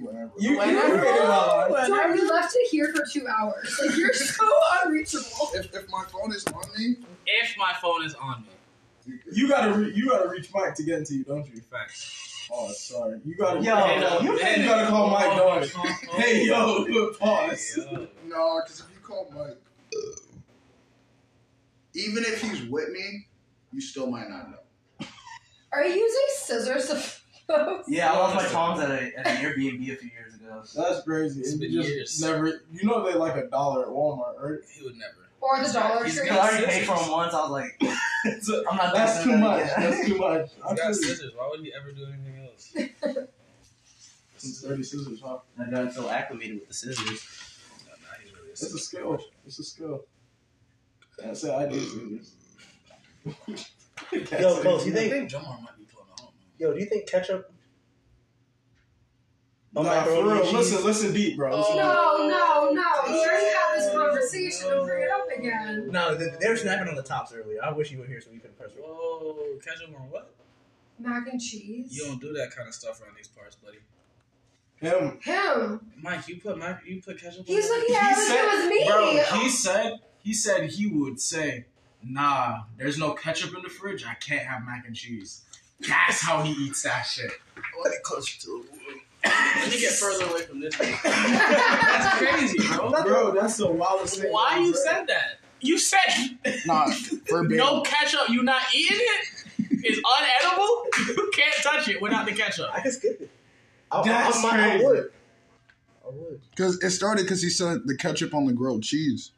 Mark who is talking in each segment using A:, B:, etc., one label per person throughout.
A: whenever.
B: You,
C: When
B: you
C: I-
B: created my life.
C: When
D: So
C: I-
D: you're left to here for two hours. Like you're so unreachable.
A: If, if my phone is on me,
C: If my phone is on me.
A: you, can-
B: You gotta re- you gotta reach Mike to get into you, don't you?
C: Facts.
B: Oh, sorry. You gotta
E: Yo,
B: Hey,
C: Hey,
B: you
C: yo,
B: think you
C: hey,
B: gotta call
C: yo,
B: Mike
C: hold on,
B: Doris.
C: hold on, hold on.
B: Hey yo, pause.
C: Hey, yo.
A: no, because if you call Mike, even if he's with me, you still might not know.
D: Are you using scissors to
E: Yeah, I lost my tongs at, a, at an Airbnb a few years ago.
B: That's crazy.
C: It's
B: And
C: been
B: you just
C: years.
B: never you know they like a dollar at Walmart, right?
C: He would never.
D: or the Dollar
C: He's
D: Tree?
E: Because I already paid for them once. I was like,
B: So,
E: I'm not.
B: that's too
E: doing that
B: much.
E: again.
B: That's too much. I
C: He's got
B: feel you.
C: scissors. Why would he ever do anything else?
B: Some dirty scissors, huh?
E: I got so acclimated with the scissors.
C: No, no, he's really a
B: It's a
C: scissors.
B: skill. It's a skill. That's it. I do scissors.
C: Mm-hmm.
F: Yo, Coles, you
C: I
F: think-
C: think Jomar might be pulling home.
F: Yo, do you think ketchup?
B: Nah,
F: on
B: for
F: macaroni and
B: real.
F: cheese?
B: Listen, listen deep, bro.
C: Oh,
B: Listen deep.
D: Oh, No, no, no. We already had this conversation. Don't bring it up again.
F: No, they, they were snapping on the tops earlier. I wish you were here so you could have pressed record.
C: Whoa, ketchup on what?
D: Mac and cheese.
C: You don't do that kind of stuff around these parts, buddy.
B: Him.
D: Him.
C: Mike, you put my, you put ketchup.
D: He's
C: on
D: looking at
G: He
D: it like
G: said-
D: it was me.
G: Bro, he said he said he would say, "Nah, there's no ketchup in the fridge. I can't have mac and cheese." That's how he eats that shit.
C: Let me closer to the wood. Let me get further away from this. That's crazy, bro.
B: Bro, that's the wildest thing.
G: Why you
B: Bro.
G: said that? You said
A: Nah,
G: no ketchup. You not eating it? It's unedible. You can't touch it without the ketchup.
F: I could skip it. I,
B: That's
F: I, I, might- I
B: crazy.
F: would. I would.
A: Because it started because he said the ketchup on the grilled cheese.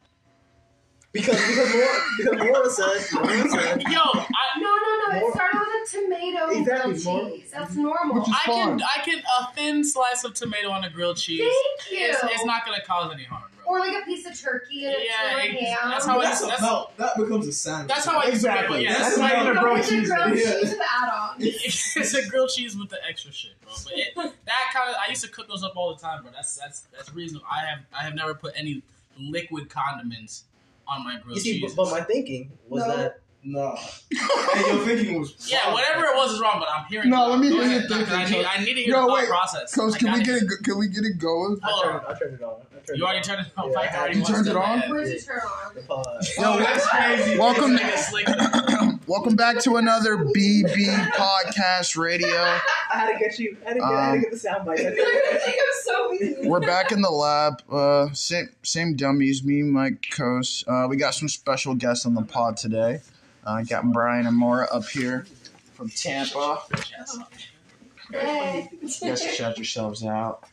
F: Because because Laura, because Laura said, Laura said
G: Yo, I,
D: No, no, no.
F: More-
D: It started with a tomato
F: Exactly,
D: grilled
F: more-
D: cheese. That's normal.
A: Which is-
G: I can I can a thin slice of tomato on a grilled cheese.
D: Thank you.
G: It's, it's not gonna cause any harm, bro.
D: or like a piece of turkey and
G: Yeah,
D: it's
G: ex-
D: ham.
G: that's how
B: Bro,
G: it-
B: That's,
G: that's-
B: a melt. That becomes a sandwich.
G: That's how I
E: Exactly.
G: Yeah,
B: That's
G: that's
B: not
G: how I
B: even
D: Don't
B: a grilled
D: get the
B: cheese,
D: grilled
B: yeah.
D: cheese with add-on.
G: it's a grilled cheese with the extra shit, bro. But it, that kind of I used to cook those up all the time, bro. That's that's that's reasonable. I have I have never put any liquid condiments on my
F: you
G: grilled
F: see,
G: cheese.
F: but, but my thinking was
D: No.
F: that
B: Nah. and your thinking was.
G: yeah,
B: wrong.
G: whatever it was is wrong, but I'm hearing.
A: No,
G: it.
A: let me
G: Go
A: hear
G: ahead.
A: your
G: No, 'cause I
A: thinking,
G: need, I need to hear
A: Coach.
G: the
A: No,
G: thought
A: wait.
G: process.
A: Coach,
G: I
A: can
G: got
A: we get it? Can we get it going?
F: I
G: Hold
F: turned,
G: on.
F: I turned it on. I turned
G: You already
F: it
G: turned it
F: Yeah,
G: on.
F: I-
G: already
A: You turned
G: watched
A: it on?
D: Where'd you
F: Yeah.
D: turn on?
F: on. The pod.
B: Yo, that's crazy.
A: Welcome-
G: This nigga's slick, though.
A: Welcome back to another BB podcast radio.
F: I had to get you. I had to get, I had to
A: Um,
F: get the sound bite.
D: You're gonna think I'm so mean.
A: We're back in the lab. Uh, same, same dummies. Me, Mike, Coase. Uh, we got some special guests on the pod today. Uh, got Brian and Mora up here from Tampa.
D: Hey.
A: You guys can shout yourselves out.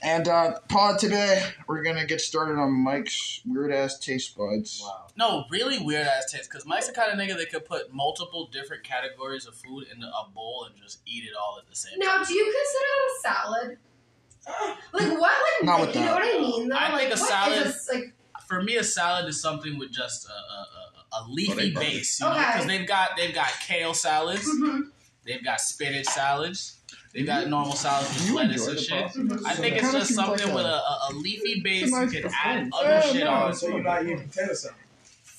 A: And uh, pod today, we're gonna get started on Mike's weird ass taste buds.
E: wow.
G: No, really weird ass taste. Because Mike's the kind of nigga that could put multiple different categories of food into a bowl and just eat it all at the same. time.
D: Now, do you consider them salad? Like what? Like
A: Not with
D: you know
A: that.
D: what I mean? Though?
G: I
D: like,
G: think a
D: what
G: salad-
D: Is this, like
G: For me, a salad is something with just a, a, a, a leafy
A: Oh, they-
G: base, you know,
D: Okay.
G: because they've got they've got kale salads,
D: mhm.
G: they've got spinach salads, they've got normal salads with lettuce and shit. I think
A: Kinda
G: it's just
A: seems like
G: something with
A: a-
G: a, a, a leafy base
A: nice
G: you can add
A: performance.
G: other
B: Yeah,
G: shit
B: no,
G: on.
B: So you're not eating potato salad.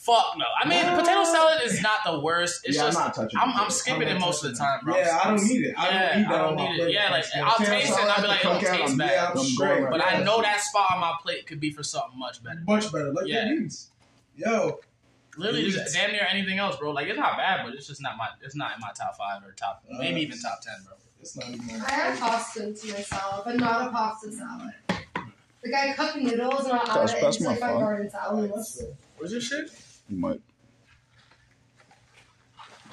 G: Fuck no. I mean, potato salad is not the worst. It's
E: yeah,
G: just
E: I'm not touching.
G: I'm,
E: it.
G: I'm skipping it most of the time, bro.
B: Yeah, I don't need it. I
G: Yeah,
B: don't need that
G: I
B: on
G: don't
B: my
G: need it.
B: plate.
G: Yeah, like I'll
B: Potato
G: taste it.
B: salad,
G: and I'll be like, "Oh, it don't
B: cook out,
G: taste bad.
B: Yeah, I'm
A: I'm
B: straight.
A: going
G: But
B: yeah.
G: I know that spot on my plate could be for something much better.
B: Much better. Like
G: Yeah.
B: the beans. Yo,
G: Literally,
B: Yes.
G: just damn near anything else, bro. Like it's not bad, but it's just not my. It's not in my top five or top,
B: Uh,
G: maybe even top ten, bro.
B: it's not even.
D: I had pasta to my salad, but not a pasta salad. Like I cook noodles, not on
A: That's-
D: it.
A: that's
D: It's
A: my
D: like my
A: fault.
D: garden salad.
C: What's your shit?
A: You might.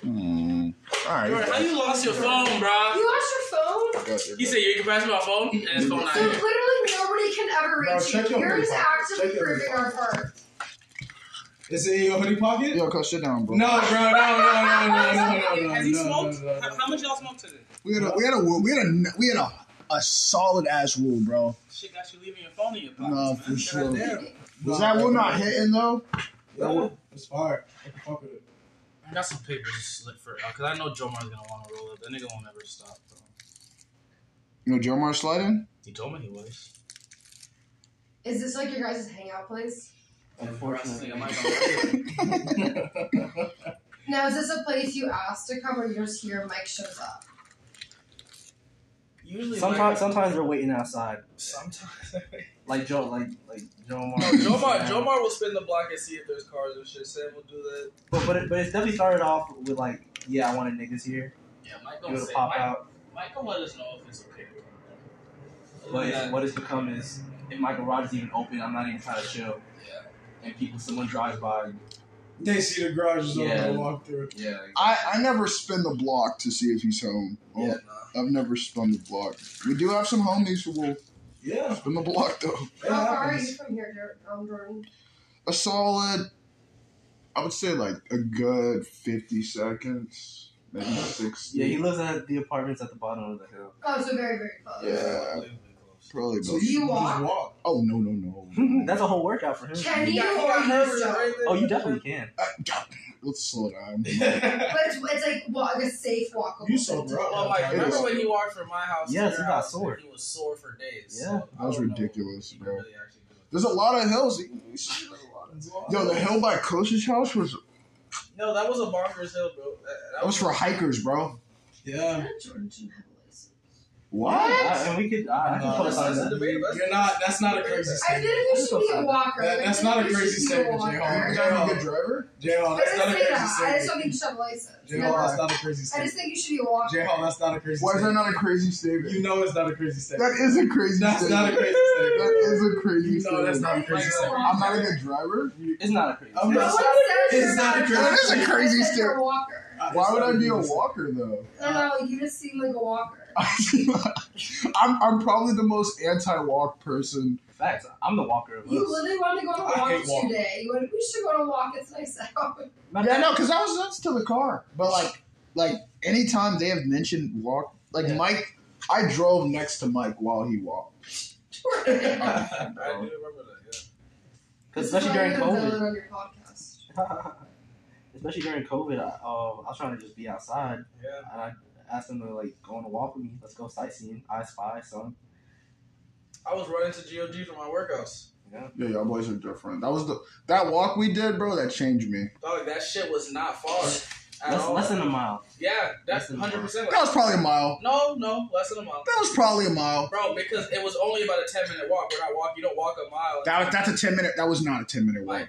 A: Hmm. All right.
G: How you lost your phone, bro?
D: You lost your phone?
G: He said you can pass me my phone, and his phone not
D: So
G: here.
D: literally nobody can ever
B: No,
D: reach
B: check
D: you.
B: your
D: You're just
B: hoodie pocket.
D: actively
B: Check your hoodie
D: proving our part.
B: Is it in your hoodie pocket?
A: Yo, Coach, sit down, bro.
B: No, bro, no, no, no, no, no, no, no.
G: Has he
B: no, no,
G: smoked?
B: no, no,
G: How, how much y'all smoked today?
A: We had a we had a we had a we had a, a solid ass rule, bro.
G: Shit got you leaving your phone in your pocket.
A: No,
G: man.
A: for sure.
B: Goddamn.
A: Was that rule not hitting though?
B: That one- It's fire. I can fuck with it.
G: I got some papers to slip for because I know Jomar's gonna want to roll up. That nigga won't ever stop, bro.
A: You know, Jomar sliding.
G: He told me he was.
D: Is this like your guys' hangout place?
E: Unfortunately,
G: I might not-
D: Now, is this a place you asked to come or you're just here and Mike shows up?
G: Usually,
F: Sometimes, sometimes we're waiting outside,
G: sometimes.
F: like Joe, like like Joe Mar.
G: no, Jomar, Jomar will spin the block and see if there's cars and shit. Sam will do that.
F: But but it, but it definitely started off with like, yeah, I wanted niggas here.
G: Yeah,
F: You
G: Michael
F: would pop out.
G: Michael let us know if it's okay.
F: But it's, what it's become is, if Michael Rogers even open, I'm not even trying to chill.
G: Yeah.
F: And people, someone drives by. and-
B: They see the garage is open
F: Yeah.
B: and walk through.
F: Yeah.
A: I, I never spin the block to see if he's home. Oh, I've never spun the block. We do have some homies who will
B: Yeah,
A: spin the block though.
B: it
D: How far are you
B: happens.
D: from here, Jer- um, Jordan?
A: A solid, I would say like a good fifty seconds, maybe sixty.
F: Yeah, he lives at the apartments at the bottom of the hill.
D: Oh, so very, very close.
A: Yeah, probably.
B: So
A: About,
D: Do you
B: you just
D: walk?
B: walk.
A: oh no no no.
F: That's a whole workout for him.
D: Can
G: He
D: you
G: got, he
D: or
G: got
D: you
G: murdered
D: stop?
G: right there.
F: Oh, you definitely can.
A: Uh, God, let's slow down.
D: But it's, it's like walk, a safe walkable
B: You
D: distance.
B: so
G: Well,
B: bro.
G: like,
A: It
G: remember
A: is.
G: when he walked from my house?
F: Yes,
G: to
F: he
G: your
F: got
G: house and
F: sore.
G: He was sore for days.
F: Yeah.
G: so I
A: That was
G: don't know
A: ridiculous,
G: what he could
A: bro.
G: really actually do.
A: There's a lot of hills. Yo, the hill by Kosh's house was
G: No, that was a bonkers hill, bro. That, that
A: that was for hikers, bro.
B: Yeah.
D: Jordan shouldn't have a license.
F: I, and we could. I, I
B: No,
F: can put
B: that's
F: us on
B: not-
F: that.
B: You're not. That's not a crazy
D: I
B: statement.
D: feel like you should be a walker.
B: That-
D: Like,
B: that's
D: I
B: not a
D: feel like you
B: crazy
D: should be a
B: statement,
D: walker.
A: You
B: J-Hall.
A: guys are a good driver.
B: J Hall,
D: I
B: that's
D: didn't
B: not a crazy
D: say that. I just
B: statement.
D: don't think you should have a license.
B: J
D: Never.
B: Hall, that's not a crazy
D: I just
B: statement.
D: think you should be a walker.
B: J Hall, that's not a crazy
A: Why is that
B: statement.
A: not a crazy statement?
B: You know it's not a crazy
A: that
B: statement.
A: is a crazy
B: That's
A: statement.
B: not a crazy
A: That
B: statement.
A: is a crazy
B: You know
A: statement.
B: that's not a crazy statement.
A: I'm not a good driver.
F: It's not a crazy.
B: I'm
D: No
B: not-
D: one
B: That's
D: says
B: it's
D: you're
B: not a
D: not
B: crazy- That
A: is a crazy
D: says you're
A: statement.
D: a walker.
B: Uh,
A: Why
B: it's
A: would
B: not
A: I be a
B: crazy
A: walker though?
D: No, no, you just seem like a walker.
A: I'm I'm probably the most anti-walk person.
F: Facts. I'm the walker of us.
D: You literally want to go on
B: I hate
D: a walk
B: walking.
D: today. You want, we should go on a walk. It's nice out.
F: Matter
A: Yeah,
F: of
A: no, because I was nuts to the car. But like, like anytime they have mentioned walk, like
F: Yeah.
A: Mike, I drove next to Mike while he walked.
D: Jordan.
G: I do remember that.
F: fact, especially during
D: Why are you gonna
F: COVID.
D: villain on your podcast?
F: especially during COVID, I, uh, I was trying to just be outside,
G: Yeah. yeah.
F: and I asked him to like go on a walk with me. Let's go sightseeing. I spy some.
G: I was running to GOG for my workouts.
A: Yeah, y'all boys are different. That was the that walk we did, bro. That changed me.
G: Dog, that shit was not far at
F: Less,
G: all.
F: less than a mile.
G: yeah,
F: less
G: that's
F: than-
G: 100. percent
A: That was probably a mile.
G: No, no, less than a mile,
A: That was probably a mile.
G: bro. Because it was only about a 10 minute walk. When I walk, you don't walk a mile.
A: That was that's a ten minute. That was not a ten minute walk.
G: Like-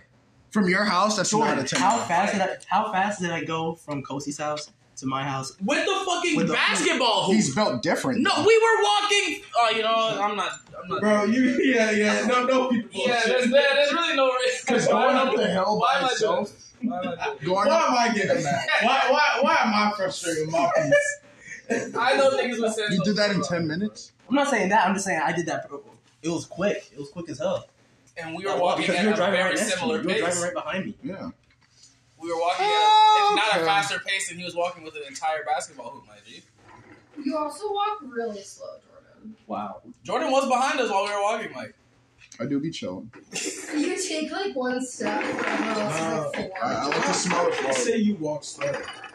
A: From your house, that's
F: Jordan,
A: not a ten.
F: how
A: minute.
F: fast did I? How fast did I go from Kosi's house to my house?
G: with the fucking
F: With the-
G: basketball hoop.
A: He's built different.
G: No, we were walking. Oh, you know, I'm not. I'm not.
B: Bro, you yeah yeah no no people.
G: yeah,
B: bullshit.
G: there's, there- there's really no reason.
A: because going up the hill by
G: Why am I doing
A: itself.
G: this? Why am I doing this?
A: Going
B: Why
A: up,
B: am I getting mad? Why why why am I frustrated with my piece?
G: I know niggas would say
A: you did that in
G: something.
A: ten minutes.
F: I'm not saying that. I'm just saying I did that. It was quick. It was quick as hell.
G: And we were walking
F: because
G: at
F: you were
G: a
F: driving
G: very
F: right next to me.
G: similar
F: You were driving
G: pace.
F: right behind me.
A: Yeah.
G: We were walking at a, if not a
A: Okay.
G: faster pace, and he was walking with an entire basketball hoop, my G.
D: You also walk really slow, Jordan.
F: Wow.
G: Jordan was behind us while we were walking, Mike.
A: I do be chilling.
D: You take like one step. and everyone else is, like, four.
A: I, I like to smell it.
B: I
A: Florida.
B: say you walk slow.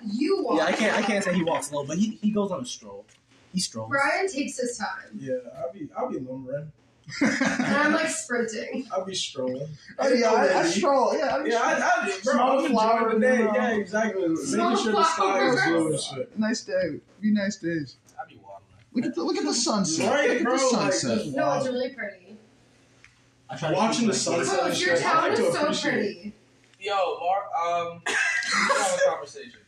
D: You walk.
F: Yeah, Uh, I can't. I can't say he walks slow, but he, he goes on a stroll. He strolls.
D: Brian takes his time,
B: Yeah, I'll be I'll be lumbering.
D: and I'm like sprinting.
B: I'll be strolling.
A: Oh, yeah, Oh, I, I stroll. Yeah, I
B: Yeah, I, I, bro,
A: Small
B: I'm
A: flower,
B: enjoying the day.
A: you know.
B: Yeah, exactly.
D: Small
B: Making sure the sky is
D: flowers.
B: blue and shit.
A: nice day. Be nice days.
G: I be waddling.
A: Look at the look at the sunset. look
B: Right,
A: at
B: bro.
A: the
B: Like,
A: sunset.
B: just
D: No, it's
B: wild.
D: really pretty.
F: I try to
B: Watching
F: keep
B: the
F: my-
B: sunset.
D: Oh,
B: That's
D: your
B: shit. I
D: town
B: like to
D: is so
B: appreciate it.
D: pretty.
G: Yo, Mark, um, let's have a conversation.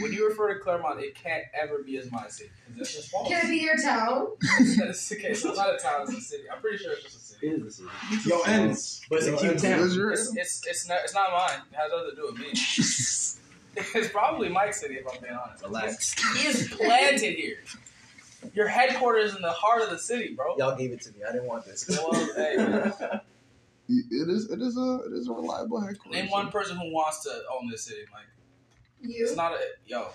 G: When you refer to Claremont, it can't ever be as my city. 'cause That's just false.
D: Can it be your town?
G: That's okay, so it's not a town, it's a city. I'm pretty sure it's just a city.
F: It is a city.
B: Yo, ends.
F: But it's a
B: Yo,
F: cute
B: ends.
F: town.
A: Is your-
G: It's, it's, it's, not, it's not mine. It has nothing to do with me. It's probably Mike's city, if I'm being honest.
F: Relax.
G: He is planted here. Your headquarters is in the heart of the city, bro.
F: Y'all gave it to me. I didn't want this.
G: Well, hey, man.
A: It is it is a it is a reliable headquarters.
G: Name one person who wants to own this city, Mike. It's
D: You.
G: not a yo.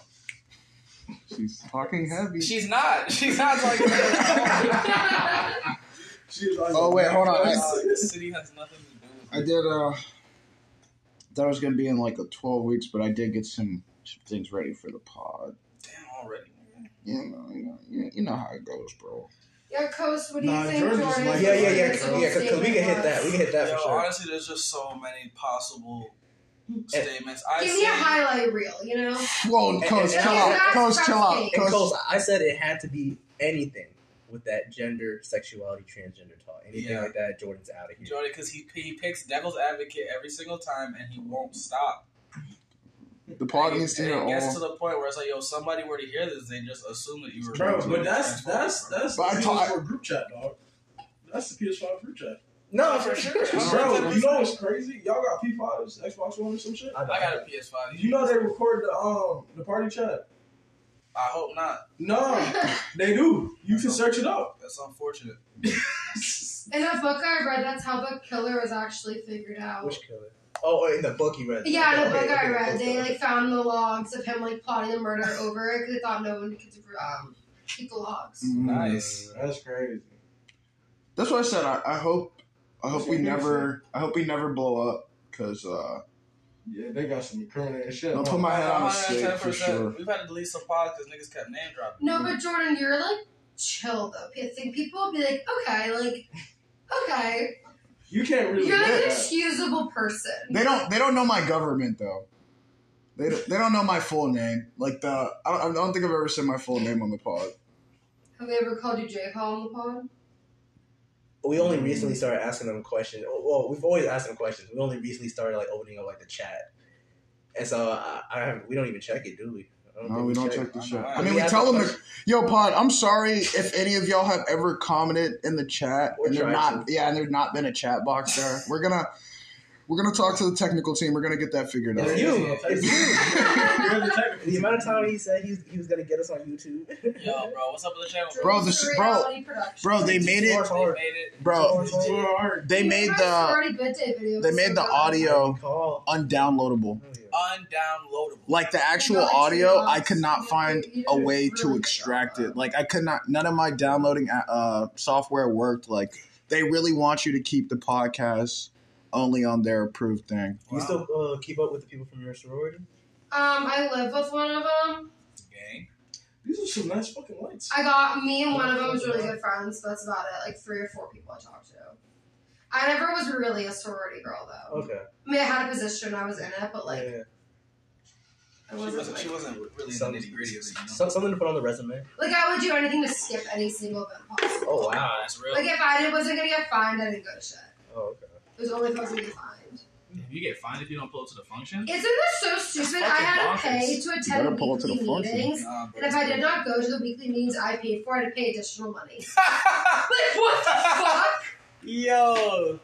A: She's talking heavy.
G: She's not. She's not talking.
B: She was like,
A: Oh, wait, hold on.
G: Uh, the city has nothing to do with
A: I did uh thought it was gonna be in like a twelve weeks, but I did get some some things ready for the pod.
G: Damn already.
A: You know, you know, you you know how it goes, bro.
D: Yeah, Coast, what do you
B: Nah,
D: think,
B: Jordan's
D: Jordan?
B: like-
H: Yeah, yeah, yeah,
B: That's
H: yeah. Because we can hit that. We can hit that
G: Yo,
H: for sure.
G: honestly, there's just so many possible
E: statements. I
D: Give me a
E: say,
D: highlight reel, you know?
A: Whoa, Coach,
F: and-
A: chill out. Coach, chill out.
F: And
A: Coach,
F: Coles, I said it had to be anything with that gender, sexuality, transgender talk. Anything
E: Yeah.
F: like that, Jordan's out of here.
E: Jordan, because he he picks devil's advocate every single time, and he won't stop.
A: the pod
E: And
A: needs to
E: it-
A: hear
E: and it gets to
A: all.
E: the point where it's like, yo, if somebody were to hear this, they just assume that you were.
B: Bro, but that's that's that's the
A: But I thought-
B: PS4 group chat, dog. That's the PS5 group chat.
F: No, for sure.
B: Bro, you know what's crazy? Y'all got P5s, Xbox One, or some shit.
E: I got a PS5.
B: You know they record the um the party chat.
E: I hope not.
B: No, they do. You can search it up.
E: That's unfortunate.
D: In that book I read, that's how Book Killer was actually figured out.
F: Which killer? Oh, in the book you read.
D: yeah, in a book
F: Okay,
D: I
F: okay,
D: read,
F: okay,
D: they
F: okay.
D: like found the logs of him like plotting the murder over it because they thought no one could um, keep the logs.
A: Mm. Mm-hmm.
E: Nice.
B: That's crazy.
A: That's what I said. I, I hope, I hope we never, I hope we never blow up. Cause uh,
B: Yeah, they got some incriminating shit.
A: I'll put my head on a stake for
E: 110%.
A: sure.
E: We've had to delete some pods because niggas kept name dropping.
D: No, but Jordan, you're like chill though. I think people will be like, okay, like, okay,
B: you can't really.
D: you're like
B: do
D: an
B: that.
D: excusable person.
A: They don't, they don't know my government though. They don't, they don't know my full name. Like the, I don't, I don't think I've ever said my full name on the pod.
D: Have they ever called you J Call on the pod?
F: We only recently started asking them questions. Oh, Well, we've always asked them questions. We only recently started like opening up like the chat, and so I, I haven't, we don't even check it, do we? I don't
A: No,
F: think
A: we don't check the
E: I
A: shit.
E: know.
A: I mean, we
F: ask
A: tell them to
F: questions.
A: Yo, Pod, I'm sorry if any of y'all have ever commented in the chat
F: Or
A: and there
F: tried
A: not yeah, and there's not been a chat box there. We're gonna we're gonna talk to the technical team. We're gonna get that figured out.
F: It's you. It's you.
B: You're the type of-
F: the amount of time he said he, he was gonna get us on YouTube.
E: Yo, bro, what's up with the channel?
A: Bro,
D: Jordan's
A: this-
D: a
A: bro,
D: reality production.
A: Bro, they made it
E: They made it.
A: bro,
B: It's too hard.
A: they made
D: Remember
A: the
D: Sorority Good Day video
A: they
D: was so
A: made the
D: good.
A: audio
F: Call. Oh,
A: undownloadable.
E: Undownloadable.
A: Like the actual audio, I could not find a way to extract it. Like I could not none of my downloading uh software worked. Like they really want you to keep the podcast only on their approved thing.
F: You still uh, keep up with the people from your sorority?
D: Um, I live with one of them.
E: Gang.
B: These are some nice fucking lights.
D: I got me and one of them was really good friends. But that's about it. Like three or four people I talked to. I never was really a sorority girl though.
F: Okay.
D: I mean, I had a position, I was in it, but like
F: yeah.
E: She
D: I wasn't
E: wasn't,
D: like,
E: she wasn't really in the
F: Some-
E: nitty gritty of it, you know?
F: Some- something to put on the resume.
D: like I would do anything to skip any single event possible.
F: Oh wow.
E: Nah, that's real.
D: Like if I didn't, wasn't gonna get fined, I didn't go to shit.
F: Oh okay.
D: It was only if I was gonna get fined.
G: You get fined if you don't pull up to the function.
D: Isn't this so stupid? I
G: fucking
D: had to
G: bonkers.
D: pay to
A: better
D: attend
A: pull it to the
D: weekly
A: function.
D: meetings,
E: Nah, bro,
D: and if I did not go to the weekly meetings I paid for, I had to pay additional money. like what the fuck?
E: Yo.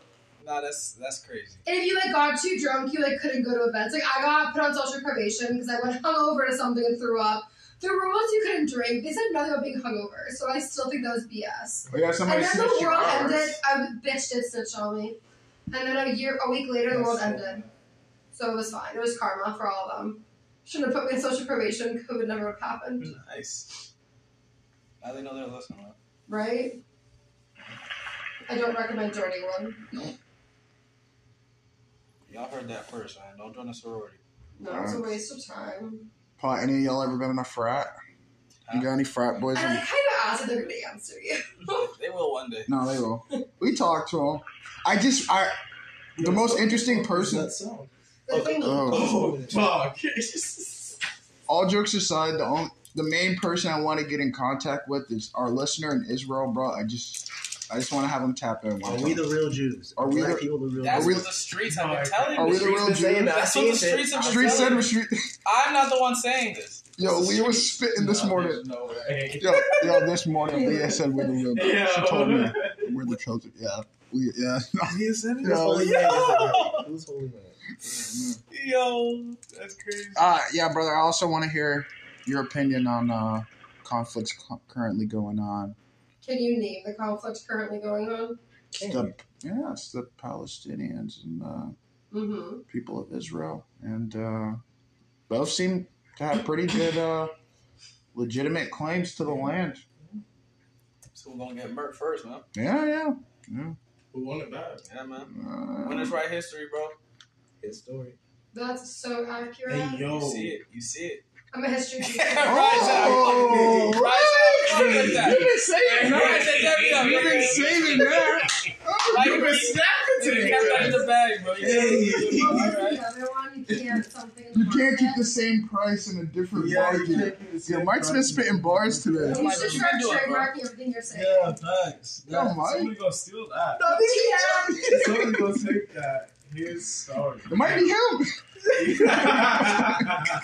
E: Nah, that's that's crazy.
D: And if you like got too drunk, you like couldn't go to events. Like I got put on social probation because I went hungover to something and threw up. The rules you couldn't drink. They said nothing about being hungover, so I still think that was BS.
A: We got
D: And
A: Oh, somebody
D: then
A: snitch
D: the
A: you
D: world
A: ours.
D: ended. I bitch did snitch on me. And then a year, a week later, the world ended. So it was fine. It was karma for all of them. Shouldn't have put me in social probation. COVID never would have happened,
A: Mm.
E: Nice. Now they know they're listening. Right?
D: right? I don't recommend joining one.
E: Y'all heard that first, man. Don't join a sorority.
D: No, it's a waste of time.
A: Probably any of y'all ever been in a frat? You got any frat boys?
D: And I
A: In-
D: like kind of asked if they're going to answer you.
E: They will one day.
A: no, they will. We talked to them. I just, I, the most interesting person.
B: That sound.
D: They're thinking,
A: Oh.
B: Oh, fuck.
A: All jokes aside, the only, the main person I want to get in contact with is our listener in Israel, bro. I just, I just want to have him tap in.
F: Are we the real Jews?
A: Are we
F: Black
A: the-
F: people the real
E: That's
A: we-
E: what the streets have been telling
A: Are
E: me.
A: we the real
F: Jews?
A: Jews?
E: That's what the streets have been
A: Street
E: telling
A: said,
E: me.
A: street.
E: I'm not the one saying this.
A: Yo, Leah was spitting this morning.
B: No way.
A: Yo, yo, this morning Leah said we're the real
B: Yeah.
A: Jews. She told me we're the chosen. Yeah, we, yeah.
F: Who's holy
A: Yo,
F: man? Who's holy man?
E: Yo, that's crazy.
A: Uh, yeah, brother. I also want to hear your opinion on uh, conflicts cu- currently going on.
D: Can you name the conflict currently going on?
A: The, yeah, it's the Palestinians and uh,
D: Mm-hmm.
A: people of Israel, and uh, both seem to have pretty good, uh, legitimate claims to the land.
E: So we're gonna get murked first, man.
A: Yeah, yeah.
B: Who won it bad?
E: Yeah, man. When it's
A: Uh,
E: right history, bro.
F: His story.
D: That's so accurate.
B: Hey, yo.
E: You see it. You see it.
D: I'm a history teacher.
A: Oh,
E: Rise up. Look at
A: you
E: that.
A: been saving
E: No, I
A: that.
E: said that. yeah,
A: You
E: look
A: been
E: at that.
A: saving that.
E: Like,
G: Oh,
A: You been
E: you-
A: snapping
E: you
A: today.
E: kept that in the bag, bro. You
D: Oh, that's
E: know?
D: another one. You Yeah, something.
A: You can't keep the same price in a different
B: Yeah, you
A: market.
B: can't do the
A: Yeah,
B: same
A: Mike's been
B: thing.
A: spitting bars today.
D: You should
I: You
D: start
I: can do it, bro.
D: trademarking everything you're saying.
B: Yeah, thanks.
A: Yeah,
B: That-
A: Mike.
B: Somebody gonna steal that.
D: Yeah.
B: Somebody gonna take that. His story.
A: It might be him.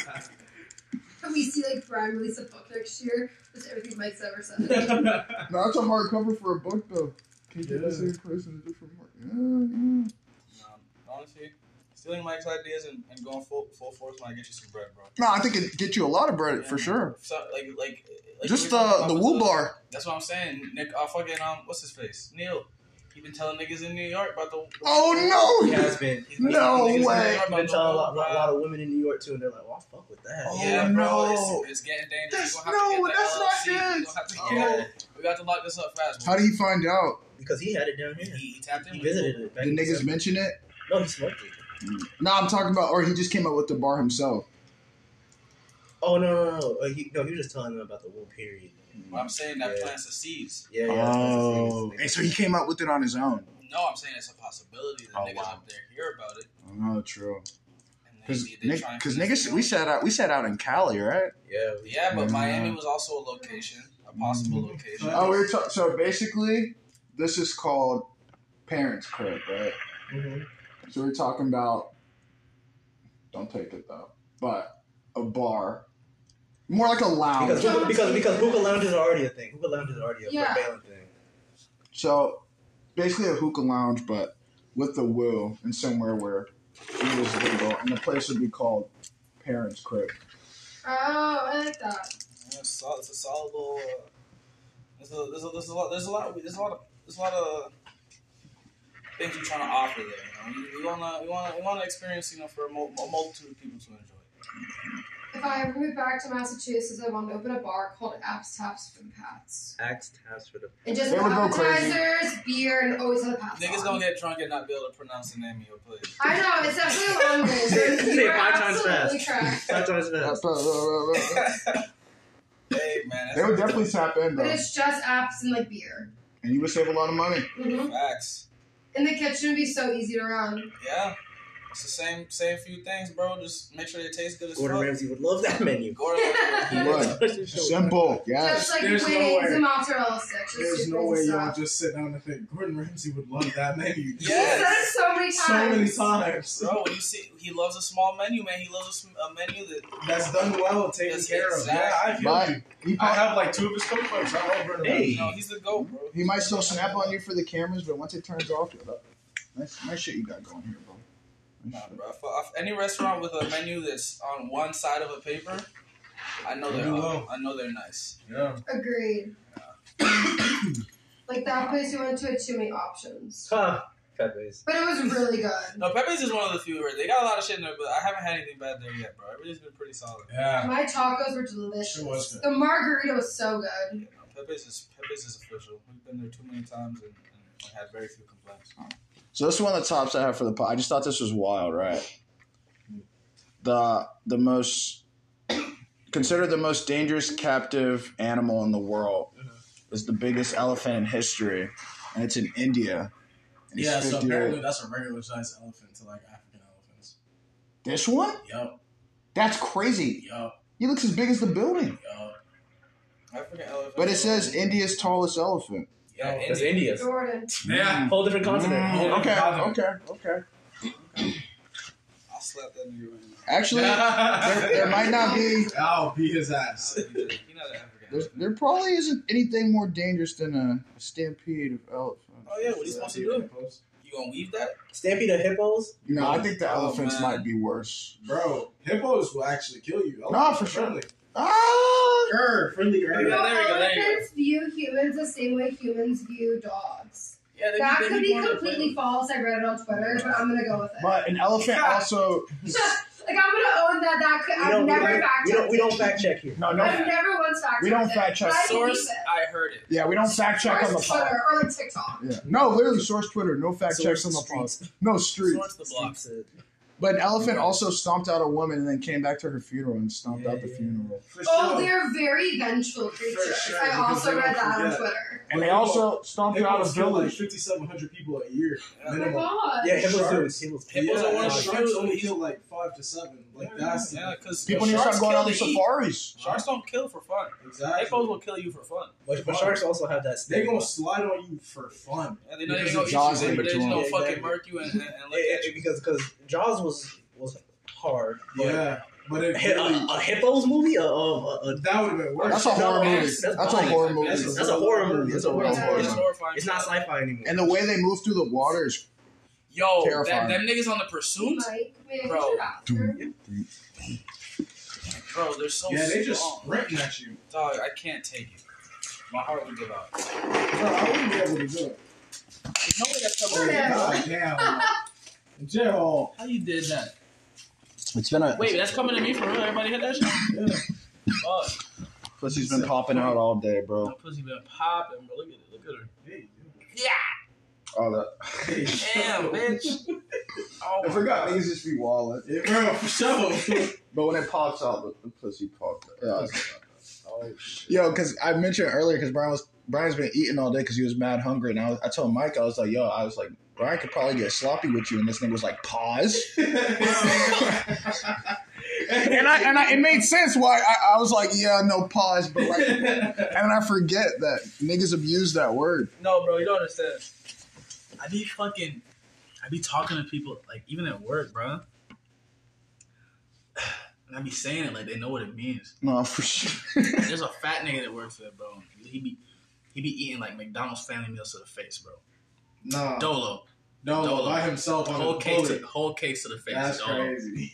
D: Can we see like Brian release a book next year? That's everything Mike's ever said.
A: No, that's a hard cover for a book though. Can't keep
B: Yeah.
A: the same price in a different market. Yeah,
G: Um, honestly, stealing Mike's ideas and, and going full full force when I get you some bread, bro.
A: yeah. No, I think it get you a lot of bread
G: Yeah,
A: for
G: man.
A: sure.
G: So, like, like, like
A: Just
G: we
A: the
G: were talking about
A: the
G: with
A: woo bar.
G: That's what I'm saying, Nick. Uh, fucking um, what's his face? Neil. He been telling niggas in New York about the.
A: Oh
F: He
A: no!
F: has been.
G: He's been
A: No
G: telling niggas in New
A: way.
G: York
F: I've been
G: about the
F: telling a
G: woo
F: lot, a
G: bar.
F: lot of women in New York too, and they're like, "Well, I fuck with that."
A: Oh,
G: yeah, bro,
A: no.
G: it's, it's getting dangerous.
A: That's-
G: We're gonna have to
A: no,
G: get
A: that's not good.
G: the LLC. We're gonna have to-
A: Oh.
G: yeah, we got to lock this up fast.
A: How do you find out?
F: because he had it down
G: he,
F: here.
G: he tapped in?
F: He
G: with people.
F: visited it. back
A: Did
F: in
A: niggas
F: December.
A: mention it?
F: No, he smoked it.
A: No, I'm talking about, or he just came up with the bar himself.
F: Oh no, no, no. Uh, he, no, he was just telling them about the war period.
G: But I'm saying that
F: Yeah.
G: plants the seeds.
F: Yeah, yeah. that's- that's the thing,
A: and
F: that's
A: Oh. so
F: the
A: he
F: thing.
A: came up with it on his own.
G: No, I'm saying it's a possibility that
A: Oh,
G: niggas
A: wow.
G: up there hear about it.
A: Oh, true.
G: and they-
A: Because
G: they try and finesse
A: niggas,
G: it.
A: we sat out, we sat out in Cali, right?
F: Yeah, we-
G: Yeah, but
A: Mhm.
G: Miami was also a location, a possible
F: Mm-hmm.
G: location.
A: Oh, we were ta- so basically, this is called parents' crib, right?
F: Mhm.
A: So we're talking about. Don't take it though, but a bar, more like a lounge.
F: Because, hookah- because because hookah lounges are already a thing. Hookah lounges are already a
D: Yeah.
F: prevailing thing.
A: So basically a hookah lounge, but with the woo and somewhere where it was legal, and the place would be called Parents Crib.
D: oh, I like that.
G: Yeah, it's, sol- it's a solid little. Uh, there's, a, there's, a, there's a lot. There's a lot. There's a lot of. There's a lot of things you're trying to offer there. You know, we, we wanna, we wanna, we wanna experience, you know, for a, mul- a multitude of people to enjoy.
D: If I ever move back to Massachusetts, I want to open a bar called Apps Taps from Pats.
F: Axe taps for the
D: And just
A: They would go crazy.
D: appetizers, beer, and always have a pass.
G: Niggas
D: on.
G: gonna get drunk and not be able to pronounce the name of your place.
D: I know, it's definitely a long
F: Say it-
D: way.
F: say it five times fast.
D: Correct.
F: five times fast.
A: they
G: hey man, that's
A: would definitely tap in
D: But
A: though,
D: it's just apps and like beer.
A: and you would save a lot of money.
D: Mm-hmm.
G: facts.
D: And the kitchen would be so easy to run.
G: Yeah, it's the same, same few things, bro. Just make sure they taste good as
F: Gordon
G: fuck.
F: Ramsay would love that menu.
G: Gordon Ramsay.
A: Right. Simple,
D: just
A: yes.
D: like
B: There's no
D: wings
B: way.
D: and mozzarella sticks. It's
B: There's
D: super
B: no
D: easy
B: way y'all
D: stuff.
B: just sit down and think Gordon Ramsay would love that menu.
D: He said it
G: Yes.
D: so many times.
B: So many times.
G: Bro, when you see, he loves a small menu, man. He loves a, sm- a menu that
B: That's done well, taken
G: That's
B: care
G: exactly-
B: of. Yeah, I feel
A: But
B: you.
A: he,
B: I
A: prob-
B: have like two of his cookbooks. I love Gordon
F: Hey.
B: Ramsay.
G: You know, he's the goat, bro.
A: he might still snap on you for the cameras, but once it turns off, you're like, nice, nice shit you got going here, bro. Nice
G: Nah,
A: shit.
G: bro. If- if any restaurant with a menu that's on one side of a paper, I know they're
B: You
G: up.
B: know.
G: I know they're nice.
B: Yeah.
D: Agreed. like that place we went to had too many options.
F: Huh. Pepe's.
D: But it was really good.
G: No, Pepe's is one of the few where they got a lot of shit in there, but I haven't had anything bad there yet, bro. Everything's been pretty solid.
B: Yeah.
D: My tacos were delicious.
B: Sure was good.
D: The margarita was so
G: You
D: good.
G: know, Pepe's is Pepe's is official. We've been there too many times and, and had very few complaints.
A: So this is one of the tops I have for the pod. I just thought this was wild, right? The the most considered the most dangerous captive animal in the world
B: Mm-hmm.
A: is the biggest elephant in history, and it's in India. And he's
B: Yeah, so
A: 58.
B: apparently that's a regular sized elephant to like African elephants.
A: this one?
B: Yup,
A: That's crazy.
B: yup,
A: He looks as big as the building.
B: yup.
G: I forget elephant.
A: But it says India's tallest elephant.
G: yeah,
F: That's
G: Indian.
F: India's.
D: Jordan.
B: Yeah.
F: Whole different
A: Mm,
F: continent.
A: okay, okay, okay.
G: I'll slap that nigga right
A: Actually, there, there might not be.
B: I'll beat his ass.
G: now. He's not an African.
A: There, there probably isn't anything more dangerous than a, a stampede of elephants.
G: Oh yeah, what are you supposed to do? You gonna leave that?
F: Stampede of hippos.
A: No, I think the
G: Oh,
A: elephants
G: man.
A: might be worse.
B: Bro, hippos will actually kill you.
A: Nah, for sure.
B: Friendly.
A: Ah!
B: Err, friendly
G: There you go,
B: err.
G: there you go, there you go.
D: elephants view humans the same way humans view dogs.
G: Yeah, they
D: That
G: they
D: could be
G: born to play
D: completely
G: with.
D: false. I read it on Twitter, but I'm gonna go with it.
A: But an elephant also.
D: like I'm gonna own that. That could,
F: We
D: I've
F: don't, we,
D: never
F: don't,
D: fact
F: we don't. We
D: checked.
F: don't fact check here.
A: No, no.
D: I've never once fact checked.
A: We don't
D: it,
A: fact check.
D: but I believe
G: Source,
D: it.
G: I heard it.
A: Yeah, we don't fact check on the
D: Source
A: pod.
D: Twitter or like TikTok.
A: Yeah. No, literally, source Twitter, no fact
F: So
A: checks
F: we're
A: on the pod.
F: streets.
A: No street.
G: Source the block.
F: Streets, uh,
A: But an elephant also stomped out a woman and then came back to her funeral and stomped
F: Yeah,
A: out the
F: yeah.
A: funeral.
B: For
D: Oh,
B: sure.
D: they're very vengeful creatures.
B: sure,
D: I
B: because
D: also
B: they
D: read
B: don't
D: that on
B: forget.
D: Twitter.
A: And
B: Well,
A: they
B: they
A: also stomped
B: They
A: you out
B: probably
A: of
B: kill like
A: village.
B: 5,700 people a year.
D: Oh my
B: minimum.
D: god.
F: Yeah, hippos do.
B: Sharks.
F: It's hippos.
G: Hippos
B: yeah,
G: are one of
B: like,
G: the
B: sharks
G: sharks.
B: only kill like five to seven. Like that's
G: Yeah, because
A: People need to start
G: sharks
A: going
G: kill
A: on these
G: to eat.
A: safaris.
G: Sharks don't kill for fun.
B: exactly.
G: Hippos will kill you for fun.
F: But, but sharks also have that.
B: They
F: stigma.
B: gonna slide on you for fun.
G: And they know
A: Because
G: they
A: the
G: don't
A: jaws
G: eat you,
A: are
G: but they just
A: drawn.
G: don't
F: Yeah,
G: fucking
F: exactly.
G: murk you and, and, and look
F: It-
G: at
F: it-
G: you.
F: because because Jaws was was hard. But
B: Yeah, but it
F: A,
B: really,
F: a, a hippos movie? A, a, a, a,
B: that would have been worse.
A: That's a horror
F: No,
A: movie.
F: that's- that's
A: That's a
F: fine.
A: horror movie.
F: that's, that's a horror movie. That's a horror
D: That's
F: movie.
G: It's horrifying.
F: It's not sci-fi anymore.
A: And the way they move through the water is
G: Yo,
A: Terrifying.
G: that, them niggas on the pursuit,
D: Mike, maybe we
G: Bro.
D: should ask her.
G: bro, they're so
B: Yeah, they just
G: strong.
B: sprinting at you.
G: Dog, I can't take it. My heart would give out. There's
B: Bro, I wouldn't be able to do it.
G: no way that's
D: Sure
G: someone.
D: is.
B: God damn. Gerald.
J: How you did that?
A: It's been a
J: Wait, that's coming to me for real. Everybody hit that shit.
B: Yeah.
J: Fuck,
A: pussy's been popping out all day,
J: my
A: bro.
J: pussy been popping, bro. Look at it. Look at her.
B: Hey,
A: All Oh, that.
B: hey.
G: Damn, bitch. Oh,
A: I forgot niggas just be wallet.
B: Yeah, bro, for sure.
A: But when it pops out, the, the pussy pops. Out. Yeah. Yo, because I mentioned earlier, because Brian was Brian's been eating all day because he was mad hungry, and I, was, I told Mike I was like, "Yo, I was like, Brian could probably get sloppy with you," and this thing was like, "Pause." and I and I, it made sense why I, I was like, "Yeah, no pause," but like, and then I forget that niggas abuse that word.
J: No, bro, you don't understand. I be fucking, I be talking to people like even at work, bro. And I be saying it like they know what it means.
A: No, for sure.
J: There's a fat nigga that works there, bro. He be, he be eating like McDonald's family meals to the face, bro.
B: nah,
J: Dolo,
B: no,
J: Dolo.
B: by himself on
J: whole
B: a
J: case, to,
B: bullet.
J: whole case to the face,
B: That's
J: Dolo. And
B: crazy.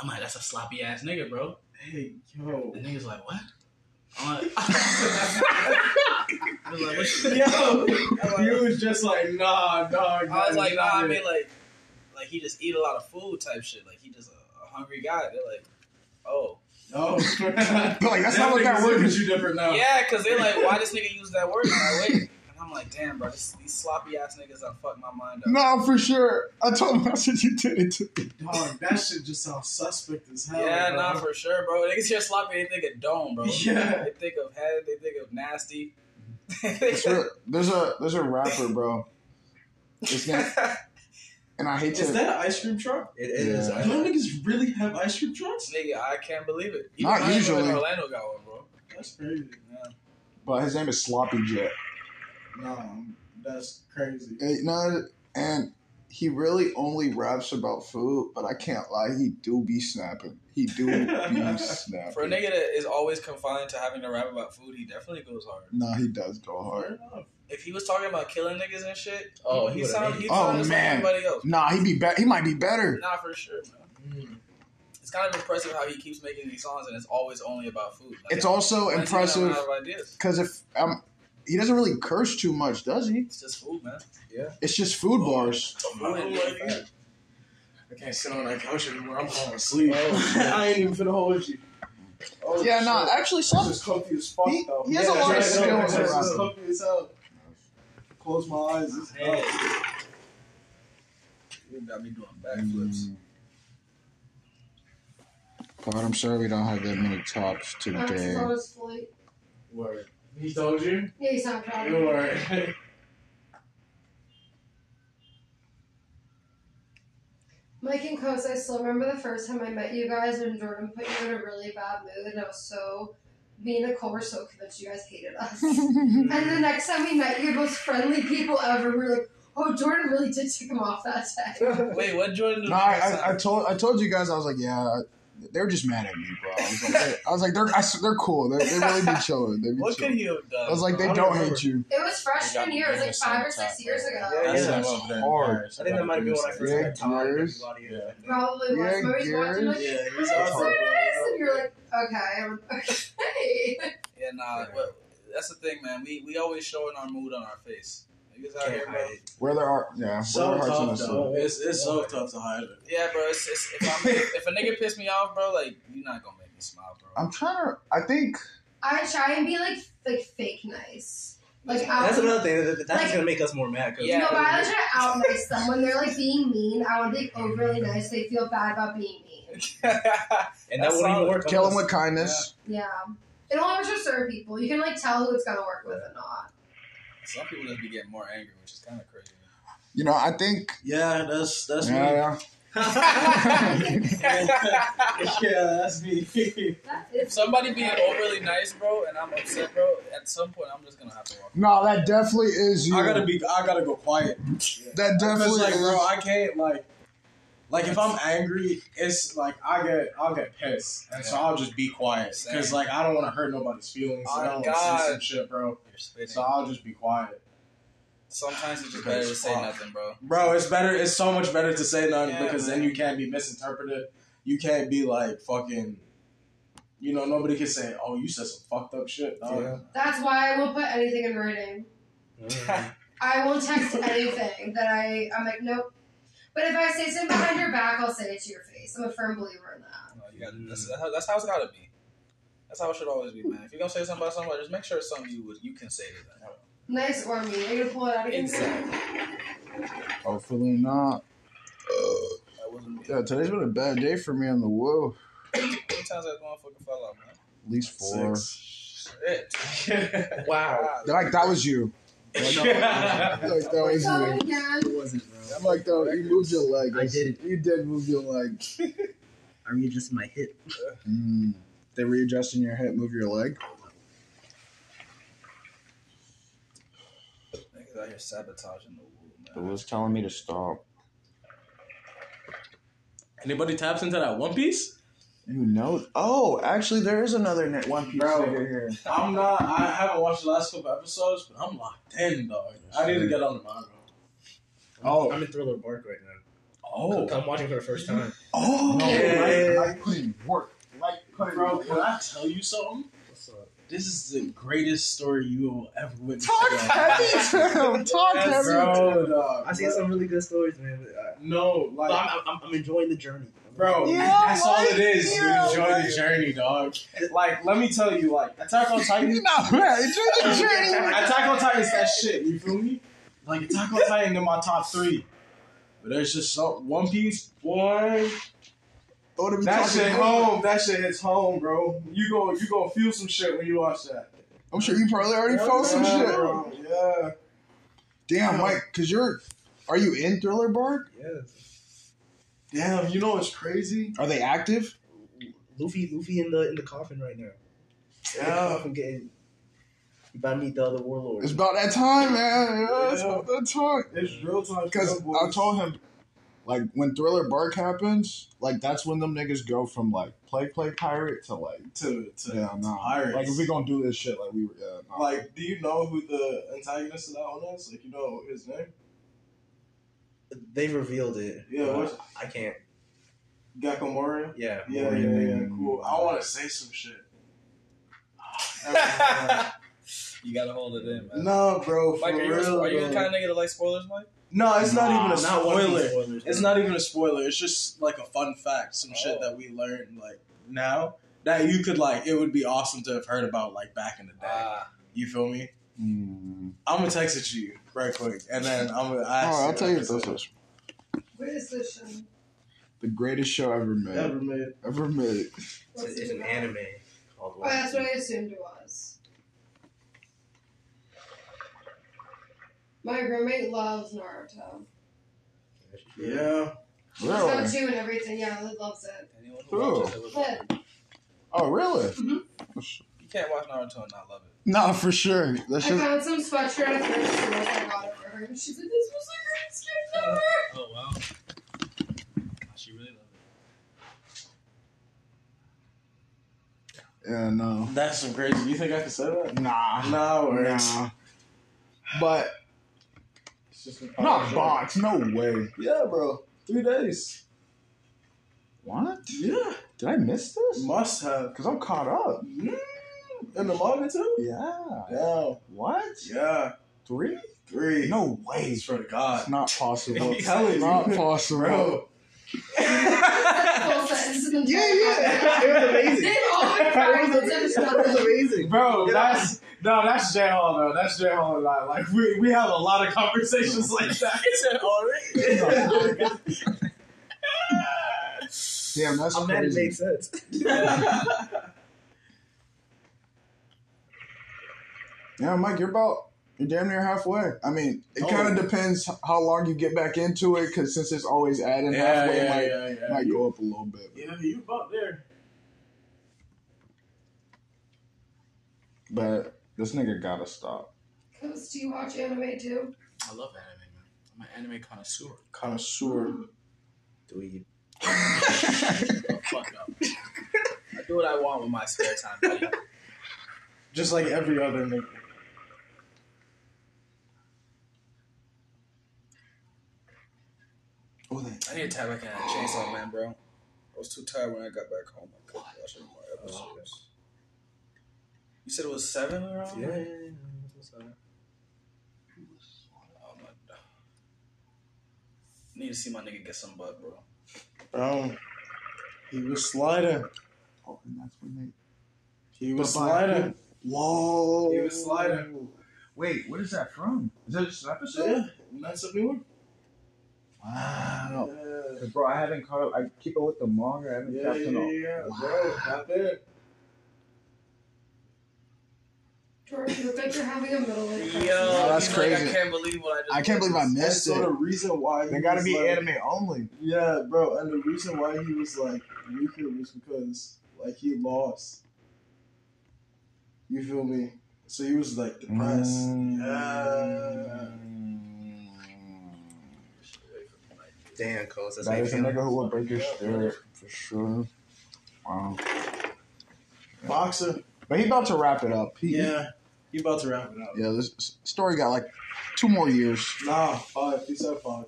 J: I'm like, that's a sloppy ass nigga, bro.
B: Hey, yo.
J: The nigga's like, what? I'm like, I was like, what you-
B: Yo, you was just like, nah, dog.
G: I was like, nah, I
B: it.
G: mean, like, like he just eat a lot of food type shit. Like he just a, a hungry guy. They're like, oh,
B: No. like,
A: Like that's not what that word is.
B: You different now.
G: yeah, because they're like, why this nigga use that word? And I wait, and I'm like, damn, bro, this, these sloppy ass niggas that fuck my mind up.
A: No, for sure. I told him I said you did it. To me.
B: Dog, that shit just sounds suspect as hell.
G: Yeah,
B: bro.
G: nah, for sure, bro. Niggas hear sloppy, they think of dome, bro.
B: Yeah.
G: They think of head, they think of nasty.
A: It's real- There's a there's a rapper, bro. His name,
G: Nigga,
A: and I hate to.
B: Is that an ice cream truck?
F: It- it is.
A: Yeah.
B: Do you niggas really have ice cream trucks?
G: I can't believe it.
A: Not
G: Orlando-
A: usually.
G: Orlando got one, bro.
B: That's crazy.
A: but his name is Sloppy Jet.
B: Nah, that's crazy.
A: Hey, no, and he really only raps about food, but I can't lie, he do be snapping. He do be snapping.
G: For a nigga that is always confined to having to rap about food, he definitely goes hard.
A: Nah, he does go hard.
B: Fair enough.
G: If he was talking about killing niggas and shit,
F: Oh, he
G: he
F: would've
G: sound
F: made
G: he
F: it.
A: Oh,
G: sounded
A: man.
G: like somebody else.
A: Nah, he be better. He might be better.
G: Nah, for sure, man.
F: Mm.
G: It's kind of impressive how he keeps making these songs and it's always only about food. Like,
A: It's also
G: why does he not
A: impressive
G: run out of ideas?
A: because if um, he doesn't really curse too much, does he?
G: It's just food, man.
A: It's just food bars.
B: Oh, lady. I can't sit on that couch anymore. I'm falling asleep.
F: Oh,
B: I ain't even finna hold you. Oh,
A: Yeah,
B: shit.
A: nah, actually,
B: This
A: Sloppy.
B: is comfy as fuck,
A: He-
B: though.
A: he has a
B: Yeah,
A: lot of
B: yeah,
A: skill
B: yeah,
A: as a
B: this is
A: rapper.
B: comfy as hell. Close my eyes. This is
G: Hey.
B: hell.
G: You got me doing backflips.
A: But I'm sure we don't have that many tops
D: Alex is
A: today.
D: on his flight.
B: Word. He told you?
D: Yeah, he's not proud of me.
B: Word.
D: Mike and Coast, I still remember the first time I met you guys and Jordan put you in a really bad mood, and I was so. Me and Nicole were so convinced you guys hated us. and the next time we met you, the most friendly people ever. We were like, oh, Jordan really did tick him off that day.
G: Wait, what Jordan did?
A: No, I, I, I told I told you guys I was like, yeah, I- they were just mad at me, bro. I was like, they- I was like they're I s- they're cool. They're, they really be chilling. They be
G: what could
A: chilling.
G: he have done?
A: I was like, they
F: I
A: don't,
F: don't
A: hate you.
D: It was freshman
K: me
D: year. It was like
K: nervous
D: five
K: on
D: or
K: top,
D: six years
K: yeah.
D: ago.
G: Yeah,
A: That's
F: yeah.
A: hard.
F: I think that might have been when I first
A: Yeah,
F: met Todd.
A: gears.
F: Yeah.
D: Probably was.
A: Yeah,
D: Remember you walked in like,
B: Yeah,
D: "Oh,
B: he's
D: you're so
B: awesome.
D: nice," and you're like, okay, I'm- okay.
G: yeah, nah. uh, But that's the thing, man. We we always showing our mood on our face. Niggas out here,
F: Can't
G: bro.
F: hide it.
A: Where there are, yeah, where
B: So
A: there are hearts in the
B: tough,
A: soul.
B: though. It's, it's so tough to hide it.
G: Yeah, bro. It's, it's, if, I'm, if a nigga piss me off, bro, like you're not gonna make me smile, bro.
A: I'm trying to. I think
D: I try and be like like fake nice. Like out.
F: That's another thing. that- That's
D: Like-
F: gonna make us more mad. 'cause-
G: Yeah.
D: No, but I like to out nice them when they're like being mean. I want to be overly nice. They feel bad about being mean.
F: and that
C: That's
F: wouldn't even
C: solid.
F: work.
A: Kill
F: on
A: them
F: us.
A: with kindness.
D: Yeah, it only works for certain people. You can like tell who it's gonna work with and not.
C: Some people just be getting more angry, which is kind of crazy.
A: You know, I think.
B: Yeah, that's that's me.
A: Yeah,
B: yeah, that's me.
D: That
G: If
D: is
G: somebody being overly nice, bro, and I'm upset, bro, at some point I'm just gonna have to walk.
A: no, that definitely is you.
B: I gotta be. I gotta go quiet.
A: that
B: Because
A: definitely
B: like,
A: is.
B: bro, I can't like, like if I'm angry, it's like I get I'll get pissed, and so I'll just be quiet because
G: Same.
B: like I don't want to hurt nobody's feelings. and I
G: Oh,
B: don't want to
G: God.
B: see some shit, bro.
G: You're spitting.
B: So I'll just be quiet,
G: Sometimes it's just better to say nothing, bro.
B: bro. It's better. It's so much better to say nothing
G: Yeah,
B: because then
G: man.
B: you can't be misinterpreted. You can't be like fucking. You know, nobody can say, "Oh, you said some fucked up shit." dog."
F: Yeah.
D: That's why I won't put anything in writing.
F: Mm.
D: I won't text anything that I. I'm like nope. But if I say something behind your back, I'll say it to your face. I'm a firm believer in that.
G: No, you got that's, that's how, that's how it's gotta be. That's how it should always be, man. If you're gonna say something about somebody, just make sure it's something you would you can say to them.
D: Nice or mean. Are you gonna pull it out of your
G: Exactly.
A: Hopefully not.
G: That wasn't me.
A: Yeah, today's been a bad day for me on the woo.
G: Sometimes that motherfucker fell out, man.
A: At least four.
G: Shit.
F: Wow.
A: Like that was you. Like, that was- like, that was
D: Tell
A: you.
D: me again.
L: It wasn't, bro.
A: I'm like, though, you moved your leg.
L: I didn't.
A: You did move your leg.
L: I readjusted my hip.
A: Mm. They readjusting your hip, move your leg.
G: Niggas out here sabotaging the world,
M: It
G: man.
M: was telling me to stop.
F: Anybody taps into that One Piece?
A: You know? Oh, actually, there is another Net One Piece
B: Bro.
A: figure here.
B: I'm not. I haven't watched the last couple episodes, but I'm locked in, dog. I need to get on the manga.
A: Oh.
F: I'm in Thriller Bark right now.
A: Oh,
F: I'm watching for the first time.
A: oh,
F: Yeah.
A: Like, like putting work. Like putting
B: Bro,
A: work.
B: can I tell you something?
F: What's up?
B: This is the greatest story you will ever witness.
A: Talk heavy to him. Talk
F: Yes,
A: heavy.
B: bro, dog.
F: I see some really good stories, man. But, uh,
B: No,
F: but
B: like,
F: I'm, I'm, I'm enjoying the journey,
B: bro,
A: Yeah,
B: that's all
A: like,
B: it is. You
A: yeah,
B: enjoy
A: like-
B: the journey, dog. Like, let me tell you, like, Attack on Titan.
A: You're not right. You're the journey.
B: Attack on Titan is that shit. You feel me? Like, Attack on Titan in my top three. But there's just so, One Piece, boy.
A: What are we
B: That
A: talking
B: shit
A: about?
B: home. That shit hits home, bro. You go, you gonna feel some shit when you watch that.
A: I'm sure you probably already found some
B: Yeah,
A: shit.
B: bro. Yeah.
A: Damn, Mike, because you're. Are you in Thriller Bark?
F: Yes.
B: Damn, you know what's crazy?
A: Are they active?
F: Luffy, Luffy in the in the coffin right now.
B: Yeah.
F: I'm getting. You about to meet the other warlord.
A: It's about that time, man. Yeah, It's
B: Yeah.
A: about that time.
B: It's real time.
A: Because
B: trouble.
A: I told him, like, when Thriller Bark happens, like, that's when them niggas go from, like, play, play pirate to, like,
B: to, to
A: yeah, nah.
B: pirates.
A: Like, if we gonna do this shit, like, we were, yeah, nah.
B: Like, do you know who the antagonist of that one is? Like, you know his name?
F: They've revealed it.
B: Yeah,
F: Uh,
B: what's-
F: I can't.
B: Gakamaria?
F: Yeah.
B: Yeah, yeah,
F: Mori.
B: yeah, yeah, cool. I want to say some shit. Everyone.
G: You gotta hold it in, man.
B: no, bro, for
G: Mike, are you,
B: real.
G: are you the
B: bro.
G: kind of nigga that likes spoilers, Mike?
B: No, it's not
F: Nah,
B: even a
F: not one of these
B: spoiler.
F: spoilers,
B: It's
F: bro.
B: not even a spoiler. It's just like a fun fact, some shit
G: Oh.
B: that we learned like now that you could like. It would be awesome to have heard about like back in the day.
G: Ah,
B: you feel me?
A: Hmm.
B: I'm gonna text it to you right quick, and then I'm gonna.
A: All
B: ask
A: right, I'll tell you what
B: if
A: this
B: it's
A: is.
D: Where is this? Shane?
A: The greatest show ever made.
B: ever
A: Ever,
B: made.
A: made.
F: It's,
D: What's
F: it's
D: it
F: an
D: about?
F: anime called
D: Oh, that's
F: Lost.
D: what I assumed it was. My roommate loves Naruto.
B: Yeah,
D: He's got
A: Really?
D: two and everything. Yeah, he loves it.
G: anyone who
A: Who?
G: watches it
D: But
G: would-
A: Oh, really?
G: you can't watch Naruto and not love it.
A: Nah, for sure.
D: I
A: That's just.
D: found some sweatshirt at thrift store that I got it for her, and she said this was the greatest gift ever.
G: Oh wow. She really loved it.
A: Yeah, no.
B: that's some crazy. You think I can say that?
A: Nah.
B: No, words.
A: Nah. But,
B: It's just an
A: not box. No way.
B: Yeah, bro. Three days.
A: What?
B: Yeah,
A: Did I miss this?
B: must have.
A: Because I'm caught up.
B: Mm. In the manga too.
A: Yeah.
B: Yeah,
A: What?
B: yeah.
A: Three?
B: Three.
A: No way.
B: It's for God.
A: It's not possible.
B: I'm telling you.
A: not possible.
B: Bro.
D: Full set. This is an
F: Yeah, yeah. It was amazing.
D: They always buy it. It's just
F: That was
D: nothing.
F: amazing.
B: Bro,
F: Yeah.
B: that's No, that's J Hall though. That's J Hall and I. Like we, we have a lot of conversations like that.
N: He said,
B: already.
A: Damn, that's
F: I'm mad it
A: crazy.
F: made sense.
A: Yeah, Mike, you're about you're damn near halfway. I mean, it
B: Oh.
A: kind of depends how long you get back into it, because since it's always adding
B: yeah,
A: halfway, it
B: yeah,
A: might,
B: yeah, yeah.
A: might go up a little bit.
B: Yeah, you about there.
A: But this nigga gotta stop.
D: Cause do you watch anime too?
N: I love anime, man. I'm an anime connoisseur.
A: Connoisseur.
F: Dweeb.
N: Oh, fuck up. I do what I want with my spare time, buddy.
B: Just like every other nigga.
A: Oh, that-
G: I need to tie back in that chainsaw, man, bro. I was too tired when I got back home. I couldn't watch any more episodes. You said it was seven we were on?
F: Yeah.
G: Oh, my God. Need to see my nigga get some butt, bro.
B: Bro, he was sliding.
A: oh, and that's when they.
B: He was
A: But by
B: sliding.
A: Whoa.
B: He was sliding.
A: Wait, what is that from? Is that just an episode?
B: Yeah, that's a new one.
A: Wow.
B: Yeah,
A: 'Cause, bro, I haven't caught up. I keep it with the manga. I haven't
B: yeah,
A: caught
B: yeah,
A: up.
B: yeah, bro, not there.
D: Jordan, you look like you're having a middle life crisis.
A: No, that's
G: he's like,
A: crazy.
G: I can't believe what I just
A: I can't believe I
G: witnessed."
B: That's
A: missed
B: sort
A: it.
B: of reason why he
A: They gotta
B: was
A: be
B: like,
A: anime only.
B: Yeah, bro, and the reason why he was like weaker was because like he lost. You feel me? So he was like depressed. Yeah.
F: Damn, Coles. That's
A: That is a
F: making-
A: nigga who will break your spirit for sure. Wow.
B: Boxer.
A: But he about to wrap it up. He,
B: Yeah. He about to wrap it up.
A: Yeah, this s- story got like two more years.
B: Nah, five. He said five.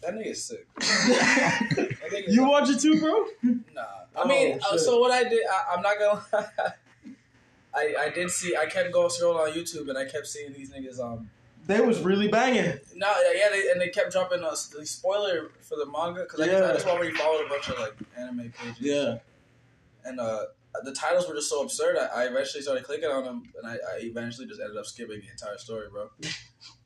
G: That nigga's sick. That nigga's
B: You watch it too, bro?
G: Nah.
B: Oh,
G: I mean, uh,
B: shit.
G: so what I did, I, I'm not gonna. I, I did see. I kept going scrolling on YouTube, and I kept seeing these niggas. Um,
B: They was really banging.
G: no, yeah, they, and they kept dropping us the spoiler for the manga because I, just- I
B: Yeah.
G: just already followed a bunch of like anime pages.
B: Yeah.
G: and uh, the titles were just so absurd. I, I eventually started clicking on them, and I, I eventually just ended up skipping the entire story, bro.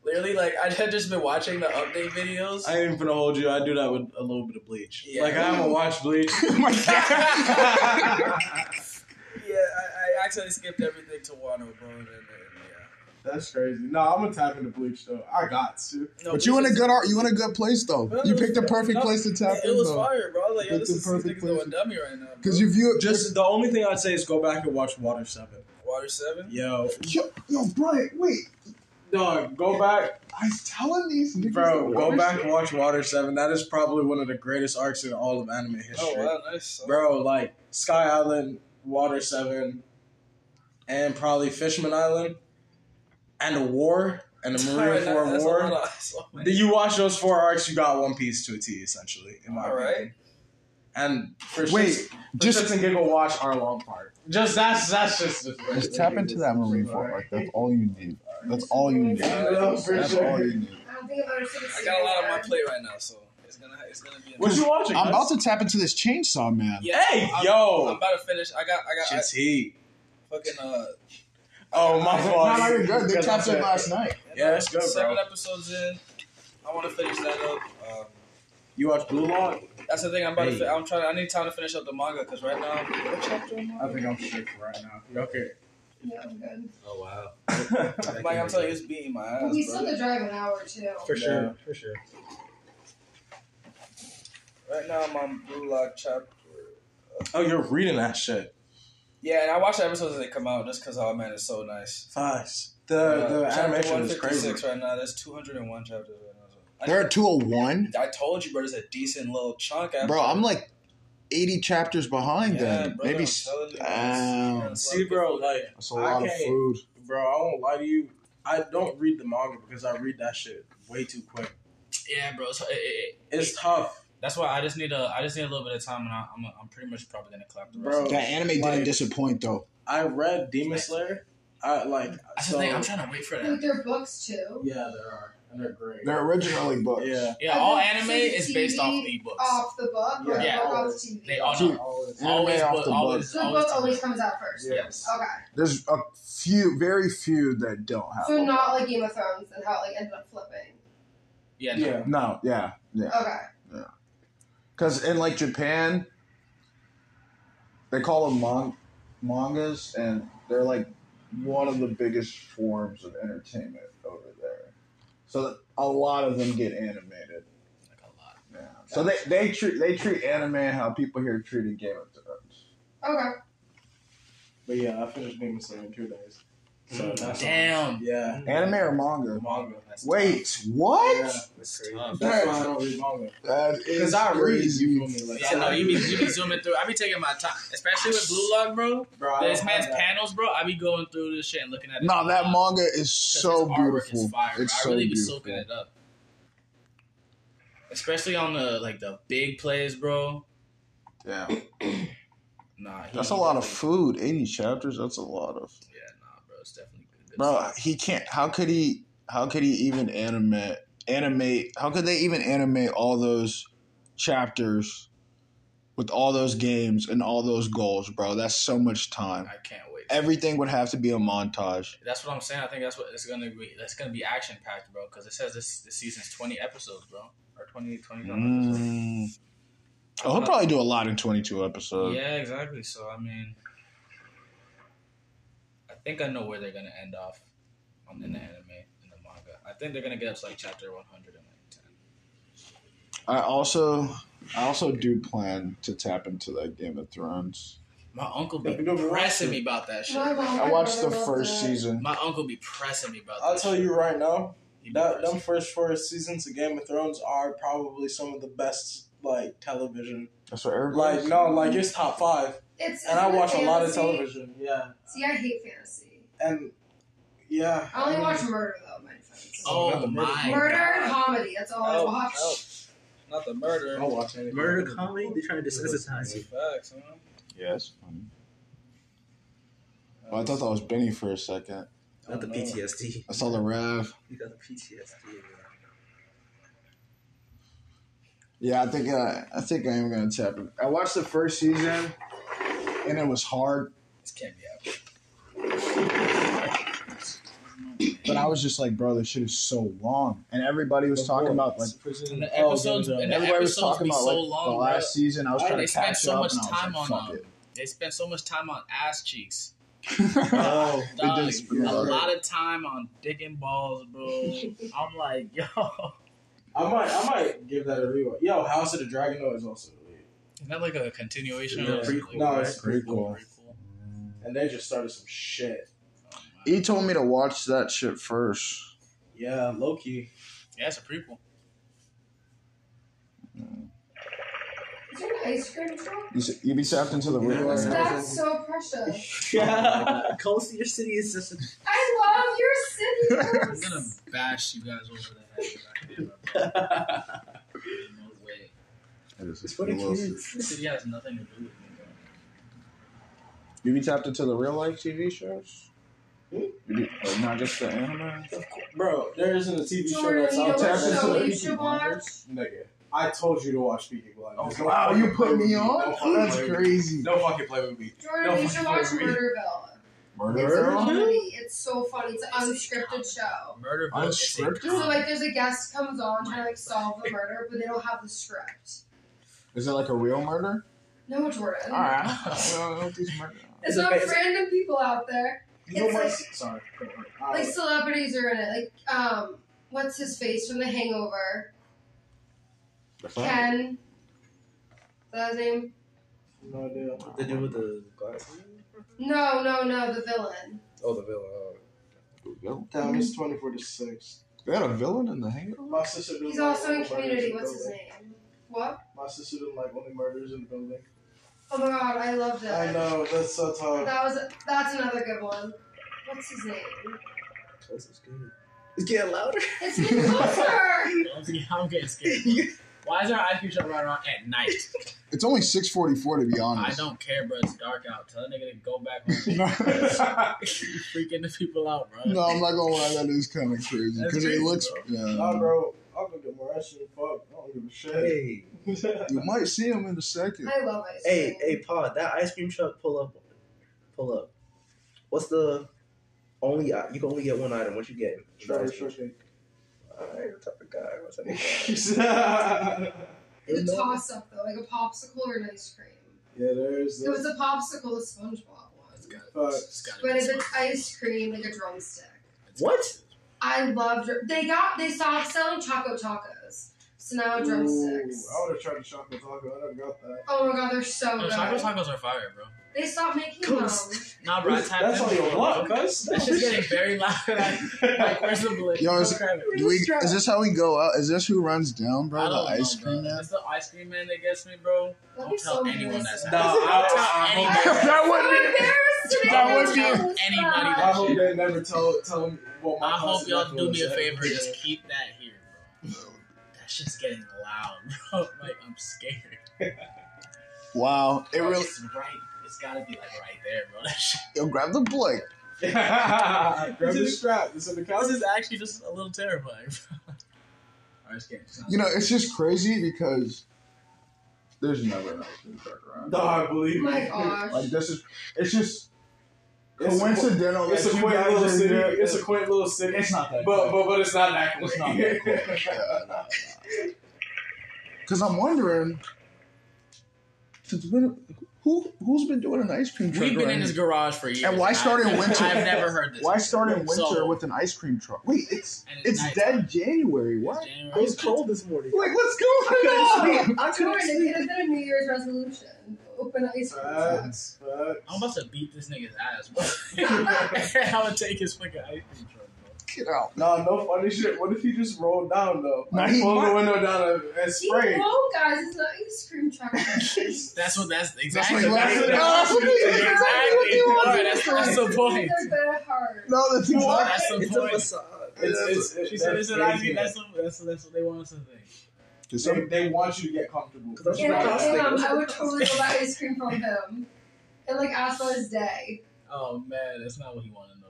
G: Literally, like I had just been watching the update videos.
B: I ain't gonna hold you. I do that with a little bit of bleach.
G: Yeah.
B: Like I haven't watched bleach.
A: oh my god.
G: yeah, I, I accidentally skipped everything to Wano, bro. And, and, yeah.
B: That's crazy. No, I'm gonna tap into bleach though. I got to.
G: No,
A: but you in a
G: this is-
A: good art, you in a good place though.
G: Well,
A: You
G: it
A: picked the
G: was-
A: perfect
G: no,
A: place to tap
G: It
A: in
G: was
A: though.
G: fire, bro. I was like, yo,
A: That's
G: this is
A: the
G: these
A: perfect
G: niggas going
A: place.
G: dummy right now.
A: Because
G: bro.
A: you view it
B: Just the only thing I'd say is go back and watch Water Seven.
G: Water Seven.
B: Yo,
A: yo, yo, Brian, wait.
B: dog, go back,
A: I was telling these niggas.
B: bro.
A: that
B: Go
A: Water
B: back
A: Seven-
B: and watch Water Seven. That is probably one of the greatest arcs in all of anime history,
G: Oh wow, nice.
B: bro. Like Sky Island, Water Seven, and probably Fishman Island, and the War and the
G: All right,
B: Marine Four
G: that's a
B: War.
G: lot of- that's a lot of-
B: Then you watch those four arcs, you got One Piece to a T, essentially. In my
G: All right.
B: opinion. And for
A: Wait,
B: shits- for
A: just-
B: shits and giggle, watch Arlong Park. Just that's that's just the
A: Just tap into that marine fort. Like that's all you need. That's all you need.
B: I know, for
A: That's
B: sure.
A: all you need.
D: I don't think I've ever seen a
G: I got a lot on my
D: series.
G: plate right now, so it's gonna it's gonna be.
B: What you watching?
A: I'm
B: guys?
A: about to tap into this chainsaw man.
G: Yeah,
B: Hey,
G: I'm-
B: yo.
G: I'm about to finish. I got I got I
B: Shit's heat.
G: fucking uh
B: Oh my
G: No,
B: fault.
A: No, no, you're good. They
B: Because I
A: tapped
B: said-
A: in last night.
B: Yeah, that's good,
G: seven
B: bro.
G: episodes in. I want to finish that up. Um,
B: You watch Blue Lock?
G: that's the thing. I'm about to.
B: Hey.
G: Fi- I'm trying. I need time to finish up the manga because right now. What chapter am I?
B: I think I'm sick for right now. You Okay.
D: Yeah, I'm good.
F: Oh wow.
G: on? Like I'm telling you, it's beating my ass.
D: But we still
G: bro.
D: have to drive an hour too.
F: For sure.
B: Yeah.
F: For sure.
G: Right now I'm on Blue Lock chapter.
B: oh, you're reading that shit.
G: Yeah, and I watch the episodes as they come out just because, oh man, it's so nice.
B: Facts. The
G: Uh,
B: the
G: chapter
B: animation is crazy.
G: 156 right now. There's 201 chapters right now. So I-
A: There are 201.
G: I told you, bro. There's a decent little chunk. After.
A: Bro, I'm like 80 chapters behind
G: yeah,
A: them.
G: brother,
A: Maybe.
G: I'm
A: s- um,
G: telling you,
A: Damn.
G: man, it's
B: See,
G: like-
B: bro, like
A: That's a lot of
B: I can't-
A: food.
B: Bro, I won't lie to you. I don't read the manga because I read that shit way too quick.
N: yeah, bro. So it, it,
B: It's tough,
N: that's why I just need a I just need a little bit of time, and I, I'm I'm pretty much probably gonna clap the rest.
B: bro.
N: Of it.
A: That anime
B: Like-
A: didn't disappoint though.
B: I read Demon Slayer. I like
N: That's
B: so.
N: the thing. I'm trying to wait for
D: With
N: that.
D: their books too.
B: yeah, there are. and they're great.
A: They're originally books.
B: Yeah.
G: Yeah, all
D: Okay,
G: anime
D: so the
G: is based off
D: TV
G: the books.
D: off the book or
G: Yeah.
D: the book off the
B: always.
D: TV.
G: They all-
A: Dude,
B: Always.
A: Anime
G: always,
A: off
G: book,
A: the
G: always,
D: so the
G: always
D: book always
G: TV.
D: comes out first.
B: Yes.
D: Okay.
A: There's a few, very few that don't have.
D: So
A: a
D: not
A: book.
D: like Game of Thrones and how it like ended up flipping.
G: Yeah, no.
B: Yeah.
A: No, yeah, yeah.
D: Okay.
A: Because in like Japan, they call them man- mangas, and they're like one of the biggest forms of entertainment over there. So a lot of them get animated.
G: like a lot.
A: Yeah. So they, they treat they treat anime how people here treated Game of Thrones.
D: Okay.
B: But yeah, I finished Demon Slayer in two days. So that's
G: Damn.
B: Yeah.
A: Anime or manga?
B: Manga.
A: Wait, what?
B: Yeah.
F: That's crazy.
G: Tough.
B: That's why I don't read manga.
A: That is
B: Because I read,
A: crazy.
B: you feel me? Like,
G: Yeah, no, you be you be zooming through. I be taking my time, especially with Blue Lock, bro.
B: Bro, I
G: This
B: don't
G: man's
B: have that.
G: panels, bro. I be going through this shit and looking at it.
A: No, that manga is
G: 'Cause
A: so
G: his artwork
A: beautiful.
G: Is fire, bro.
A: It's
G: I
A: so
G: really be
A: beautiful.
G: soaking it up, especially on the like the big plays, bro.
A: Yeah,
G: Nah, he,
A: that's a lot of food. Eighty chapters. That's a lot of.
G: Yeah, nah, bro. It's definitely good. good
A: Bro,
G: stuff.
A: he can't. How could he? How could he even animate? Animate? How could they even animate all those chapters with all those games and all those goals, bro? That's so much time.
G: I can't wait.
A: Everything would have to be a montage.
G: That's what I'm saying. I think that's what it's gonna be. That's gonna be action packed, bro. Because it says this this season's 20 episodes, bro, or 20 20 episodes.
A: Mm. Oh, he'll probably do a lot in twenty-two episodes.
G: Yeah, exactly. So I mean, I think I know where they're gonna end off on in the anime in the manga. I think they're gonna get up to like chapter 100 and like 10.
A: I also, I also do plan to tap into that Game of Thrones.
G: My uncle be
B: Yeah, we go watch
G: pressing
B: it.
G: me about that shit.
D: My mom-
A: I watched the
D: brother loves
A: first
D: it.
A: season.
G: My uncle be pressing me about.
B: I'll
G: that
B: tell
G: shit.
B: you right now,
G: He be
B: that
G: pressing
B: them first four seasons of Game of Thrones are probably some of the best like television.
A: That's what everybody.
B: Like no, like it's top five,
D: It's
B: and I
D: isn't it
B: watch a lot of
D: fantasy?
B: television. Yeah,
D: See, I hate fantasy.
B: and yeah,
D: I only
B: mean,
D: watch murder though. My friends.
G: Oh my
D: murder and
G: god!
D: comedy. That's all I
C: Oh,
D: watch.
C: oh. Not the murder.
G: Oh,
B: I'll watch anything.
L: Murder comedy? They're trying to desensitize you.
C: Facts, man.
A: Yes. Well, I thought that was Benny for a second.
L: Got the
B: Oh, no.
L: PTSD.
A: I saw the Rav.
L: You got the PTSD. bro.
A: Yeah, I think uh, I think I am gonna tap it. I watched the first season, and it was hard,
C: This can't be happening.
A: but I was just like, bro, this shit is so long, and everybody was talking about like
G: And the
B: Oh,
G: episodes,
B: Game
F: uh,
B: of
G: and the
A: everybody was
G: episodes
A: talking
G: be
A: about
G: so
A: like
G: long.
A: the
G: bro.
A: last season. I was
B: Why
A: trying
G: they
A: to
G: spent
A: catch
G: so
A: up,
G: much
A: and I was
G: time
A: like,
G: on
A: fuck
G: them.
A: it.
G: They spent so much time on ass cheeks.
B: Oh,
A: It
G: Dog,
A: does- yeah.
G: a lot of time on dick and balls, bro. I'm like, yo,
B: I might, I might give that a rewatch. Yo, House of the Dragon though is also elite,
G: is that like a continuation?
B: Yeah,
G: or something?
L: prequel,
B: No, it's
A: right? Prequel.
G: prequel. Oh
B: and they just started some shit.
A: He told me to watch that shit first.
B: Yeah, Loki.
G: Yeah, it's a prequel.
D: Is there an ice cream truck?
A: You, s- you be sapped into the real.
B: Yeah.
D: That's so precious.
B: Yeah.
L: Coast of your city is just a
D: I love your
G: I'm
D: city.
G: gonna bash you guys over the head. with that camera, bro. No way.
L: It's for the kids.
G: This city has nothing to do with me, bro.
A: You be tapped into the real life TV shows.
B: Hmm?
A: You be, like, not just the anime.
B: Bro, there isn't a TV show
D: Jordan,
B: that's
D: you
B: out
D: know
A: what
B: there.
A: show
B: that's
A: you
B: elite.
D: should watch?
B: Nigga, I told you to watch Peaky Blinders. Don't
A: Oh, Wow, you
B: fucking play
A: put
B: with
A: me on?
B: Don't fucking
A: that's
B: play with me.
A: crazy.
B: Don't fucking play with me.
D: Jordan,
B: No,
D: you should
B: no,
D: watch
B: we-
D: Murderville. It's a
A: Murder?
D: comedy. It's so funny. It's an unscripted show.
G: Murder
A: Oh,
G: is a
A: scripted?
D: So like, there's a guest comes on trying to like solve the murder, but they don't have the script.
A: Is it like a real murder?
D: No, Jordan.
A: Alright.
D: It's
L: It's
D: not
L: okay, it's-
D: random people out there.
B: You know
D: It's
B: my
D: like-
B: sorry. go ahead. All
D: Like
B: right.
D: celebrities are in it. Like, um, what's his face from The Hangover? Ken. Is that his name?
B: No idea.
F: The dude with the glasses?
D: No, no, no. The villain.
F: Oh, the villain. Oh.
B: Time is twenty four to six.
A: They had a villain in the hangar?
B: My sister. didn't
D: He's
B: like
D: also in
B: Only Murders
D: Community.
B: the
D: What's his
B: Building.
D: name? What?
B: My sister didn't like only murders in the building.
D: Oh my God, I loved it.
B: I know that's so tough.
D: That was that's another good one. What's his name?
F: This is good. It's getting louder.
D: It's getting closer.
G: I'm getting scared. bro. Why is our IQ show right around at night?
A: It's only six forty four to be
G: I
A: honest.
G: don't care, bro. It's dark out. Tell that nigga to go back home. Freaking the people out, bro.
A: no, I'm not gonna lie. That is kind of crazy
G: That's
A: because
G: crazy,
A: it looks.
G: bro.
B: Nah,
A: Yeah.
B: bro. I'll go get more. That shit fuck. I don't give a shit.
F: Hey,
A: You might see him in a second.
D: I love ice cream.
F: hey, hey, Pod, that ice cream truck, pull up, pull up. What's the only i- you can only get one item? What you get?
B: Strawberry
F: Ice cream.
B: shortcake.
F: Alright, you're a tough guy. What's that?
B: yeah,
D: It's a toss up though, like a popsicle or an ice cream.
B: there's
D: It was
B: this.
D: a popsicle, the SpongeBob one.
B: Fuck.
G: It's gotta be
D: But if
G: fun.
D: it's ice cream, like a drumstick.
F: What?
D: I love dr- they got they stopped selling Choco Tacos, so now drumsticks.
B: Ooh, oh. I would have tried the chocolate taco. I never got that.
D: Oh my god, they're so
G: Yo,
D: good.
G: Taco tacos are fire, bro.
D: They stopped making
F: Come
D: them.
F: on.
G: Nah, bro. I tapped
B: That's all
G: in
B: you
G: before,
B: want,
G: bro.
B: cuz.
G: That's just getting very loud. Like, like where's the blade?
A: Yo, is-
G: Go grab it.
A: Do we, is this how we go out? Is this who runs down, bro?
G: I don't
A: The ice
G: know,
A: cream
G: bro.
A: man.
G: It's the ice cream man that gets me, bro.
D: That'd
G: Don't
D: be so
G: tell anyone that's
D: embarrassing.
G: happening. I'll
B: I-
G: tell
B: I-
G: anybody.
A: That
D: I'm
A: would be-
D: embarrassed to be
A: that
D: on
A: would be
D: Choco
G: anybody
D: Stop.
B: I hope they never tell tell me what my
G: I hope
B: classic
G: y'all
B: record
G: do me
B: was.
G: a favor and just keep that here, bro. That shit's getting loud, bro. Like I'm scared.
A: Wow, it
G: Bro,
A: really.
G: It's right. It's gotta be like right there, bro. That shit.
A: Yo, grab the plate.
B: Grab the strap. It's in the couch.
G: This is actually just a little terrifying, bro. Alright, it's getting. it's not-
A: You know, it's just crazy because there's never an ice cream truck around.
B: No, I believe.
D: Oh my
B: you.
D: gosh.
A: Like this is, it's just
B: It's a-
A: coincidental.
B: It's
A: that
B: a
A: you
B: quaint
A: guys
B: little
A: are
B: city.
A: here.
B: It's a quaint little city.
A: It's not that.
B: But but but it's not that
A: It's
B: quaint.
A: not that cool. Because I'm wondering, since when, who who's been doing an ice cream truck?
G: We've been in
A: around
G: this
A: here?
G: garage for years.
A: why start in
G: I,
A: winter?
G: I've never heard this.
A: Why start in winter
G: So-
A: with an ice cream truck? Wait, it's
G: And
A: it's
G: nice.
A: dead January.
G: It's
A: What?
G: January.
F: It was cold this morning.
A: Like, what's going on?
F: I couldn't
D: Jordan,
F: sleep.
D: it could have been a New Year's resolution. Open ice cream truck.
B: Facts, facts.
G: I'm about to beat this nigga's ass, bro. I would take his fucking ice cream truck, bro.
A: Get out.
B: No, no funny shit. What if he just rolled down though?
A: No,
B: Like,
A: he
B: pulled
A: might-
B: the window down and- and
D: He
B: sprayed.
D: won't, guys. It's an ice cream truck.
G: That's what. That's
A: That's
G: exactly.
A: what, that's,
B: what-
A: no, that's what you- that's exactly what you
G: Exactly.
A: want.
G: Alright, that's- that's the point.
D: They're good at heart.
A: No, that's
B: Oh,
A: exactly.
G: That's the
F: It's a
G: point.
F: facade.
B: It's, it's, it's,
G: She said
B: that's
G: it's an ice
B: crazy.
G: cream. That's what, that's, that's what they want us to think.
A: Cause
B: they,
A: some-
B: they want you to get comfortable.
F: That's
D: And
F: right.
D: I am.
F: That's
D: I would
F: right.
D: totally go buy ice cream from him. And like ask about his day.
G: Oh man, that's not what he want to know.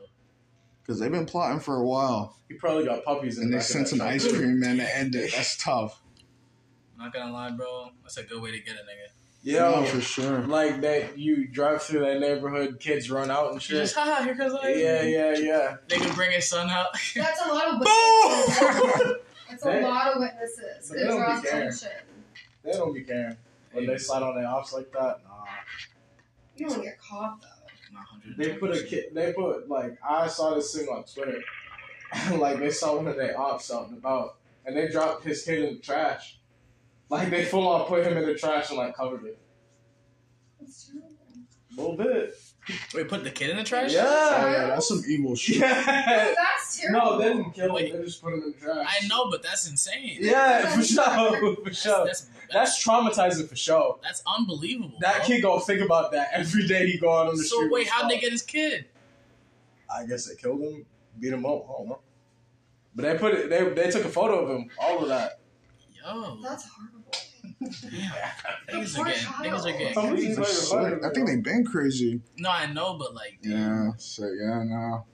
A: 'cause they've been plotting for a while,
B: You probably got puppies in
A: and
B: the
A: they
B: back of
A: sent
B: that
A: an
B: truck.
A: ice cream man to end it. That's tough.
G: I'm not gonna lie, bro. That's a good way to get a nigga.
A: No,
B: Yeah,
A: for sure.
B: like that. You drive through that neighborhood, kids run out and
G: She
B: shit.
G: just, haha, here comes the ice
B: Yeah,
G: cream.
B: yeah, yeah.
G: Nigga bring his son out.
D: That's a lot of witnesses.
A: Oh,
G: Boom!
D: That's a lot of witnesses.
B: They
D: It
B: don't
D: draws
B: be caring.
D: attention.
B: They don't be caring when they slide on their ops like that. Nah,
D: You don't get caught though.
B: they put a kid. They put like I saw this thing on Twitter. like they saw one of their ops out and about, and they dropped his kid in the trash. Like they full on put him in the trash and like covered it
D: It's terrible.
B: a little bit.
G: Wait, put the kid in the trash?
A: Oh,
B: Yeah,
A: yeah, that's some evil shit.
D: No,
B: yeah.
D: that's terrible.
B: No, they didn't kill
G: Wait.
B: him. They just put him in the trash.
G: I know, but that's insane.
B: Yeah, for sure, for
G: That's,
B: sure.
G: that's, that's,
B: That's traumatizing for sure.
G: that's unbelievable.
B: That
G: bro.
B: kid gonna think about that every day he go out on the
G: So
B: street.
G: wait,
B: with
G: how'd they
B: stuff.
G: get his kid?
B: I guess they killed him, beat him up. I don't know. But they put it. They they took a photo of him. All of that.
G: Yo,
D: That's horrible.
G: damn. Niggas
D: The poor
G: are getting. Niggas are
D: child.
G: getting.
B: Somebody's
A: For
B: like,
A: sure. I think they've been crazy.
G: No, I know, but like,
A: Yeah. So yeah, no.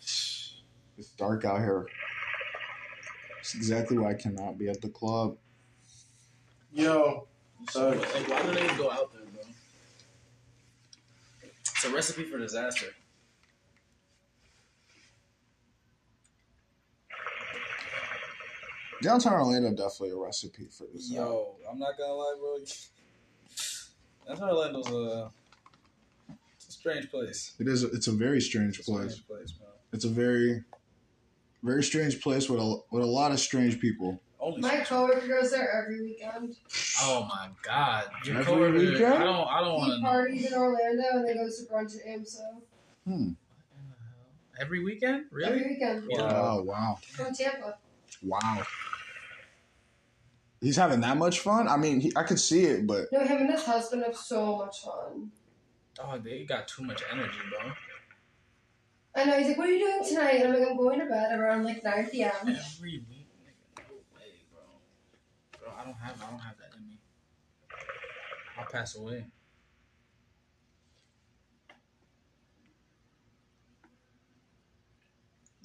A: It's dark out here. It's exactly why I cannot be at the club.
B: Yo,
G: So, like, why do they go out there, bro? It's a recipe for disaster.
A: Downtown Orlando definitely a recipe for this.
C: Yo, I'm not gonna lie, bro. That's Orlando's a, it's a strange place.
A: It is. It's a very strange
C: It's a
A: place.
C: strange place, man.
A: It's a very, very strange place with a with a lot of strange people.
C: Only
D: My coworker goes there every weekend.
G: Oh my god, your
A: Every
G: coworker.
A: weekend?
G: I don't. Oh, I don't want
D: He
G: to know.
D: parties in Orlando and then goes to brunch at AMSO.
A: Hmm.
G: Every weekend, really?
D: Every weekend.
G: Yeah.
F: Uh,
A: Oh wow,
D: From Tampa.
A: wow. He's having that much fun. I mean, he, I could see it, but
D: No, him and his husband have so much fun.
G: Dog, they got too much energy, bro.
D: I know. He's like, "What are you doing tonight?" And I'm like, "I'm going to bed around like 9 p.m."
G: Every week, nigga. No way, bro. Bro, I I don't have. I don't have that in me. I'll pass away.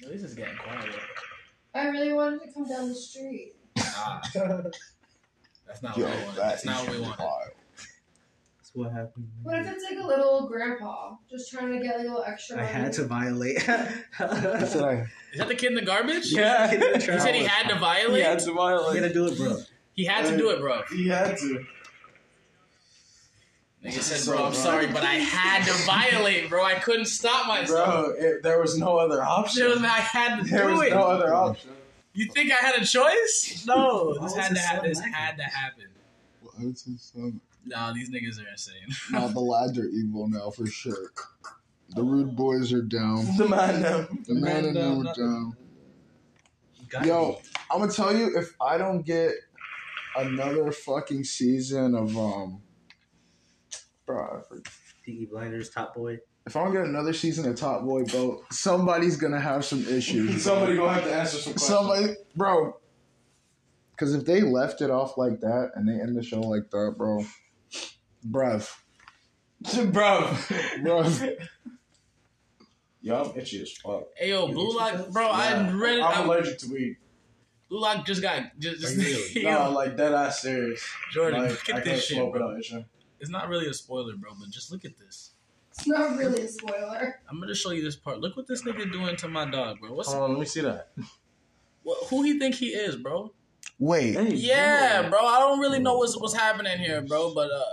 G: At least it's getting quiet.
D: I really wanted to come down the street.
G: Nah, that's not what I wanted. That's not what we wanted.
L: That's what happened.
D: What if it's like a little old grandpa just trying to get like a little extra?
L: I
D: money?
L: had to violate.
A: That's what I.
G: Is that the kid in the garbage?
L: yeah, he
G: He said he had to violate.
L: Yeah, it's violate. You gotta do it, bro.
G: He had to do it, bro.
B: He had to.
G: Nigga said,
B: So
G: bro, I'm
B: wrong.
G: sorry, but I had to violate, bro. I couldn't stop myself.
B: Bro, it, there was no other option.
G: Shit, I had to
B: there
G: do
B: was
G: it.
B: no other option.
G: You think I had a choice? No,
L: Why
G: Oh, this
L: was
G: had to
L: this
G: happen.
L: so
G: This
L: laggy?
G: had to happen.
A: What's his son?
G: Nah, these niggas are insane.
A: Nah, the lads are evil now for sure. The rude boys are down.
B: The man um, them.
A: The man and them are down. Yo, I'm gonna tell you if I don't get another fucking season of um, bro,
L: Peaky Blinders, Top Boy.
A: if I don't get another season of Top Boy, bro, somebody's gonna have some issues.
B: Somebody gonna have to answer some questions.
A: Somebody, bro. Because if they left it off like that and they end the show like that, bro, bruv,
B: Bro.
A: bruv.
B: Yo, I'm itchy as fuck.
G: Hey, yo, Blue Lock, bro, I
B: Nah,
G: read.
B: I'm
G: I,
B: allergic to weed.
G: Blue Lock just got just. just
L: Are you really?
G: Yo,
B: No, like dead ass serious.
G: Jordan,
B: Like,
G: look
B: I
G: at
B: can't
G: this shit,
B: smoke
G: bro.
B: without itching.
G: It's not really a spoiler, bro, but just look at this.
D: It's not really a spoiler.
G: I'm gonna show you this part. Look what this nigga doing to my dog, bro. What's
B: Hold on, let me see that.
G: what, who he think he is, bro?
A: Wait,
G: Yeah, bro. I don't really know what's what's happening here, bro. But uh,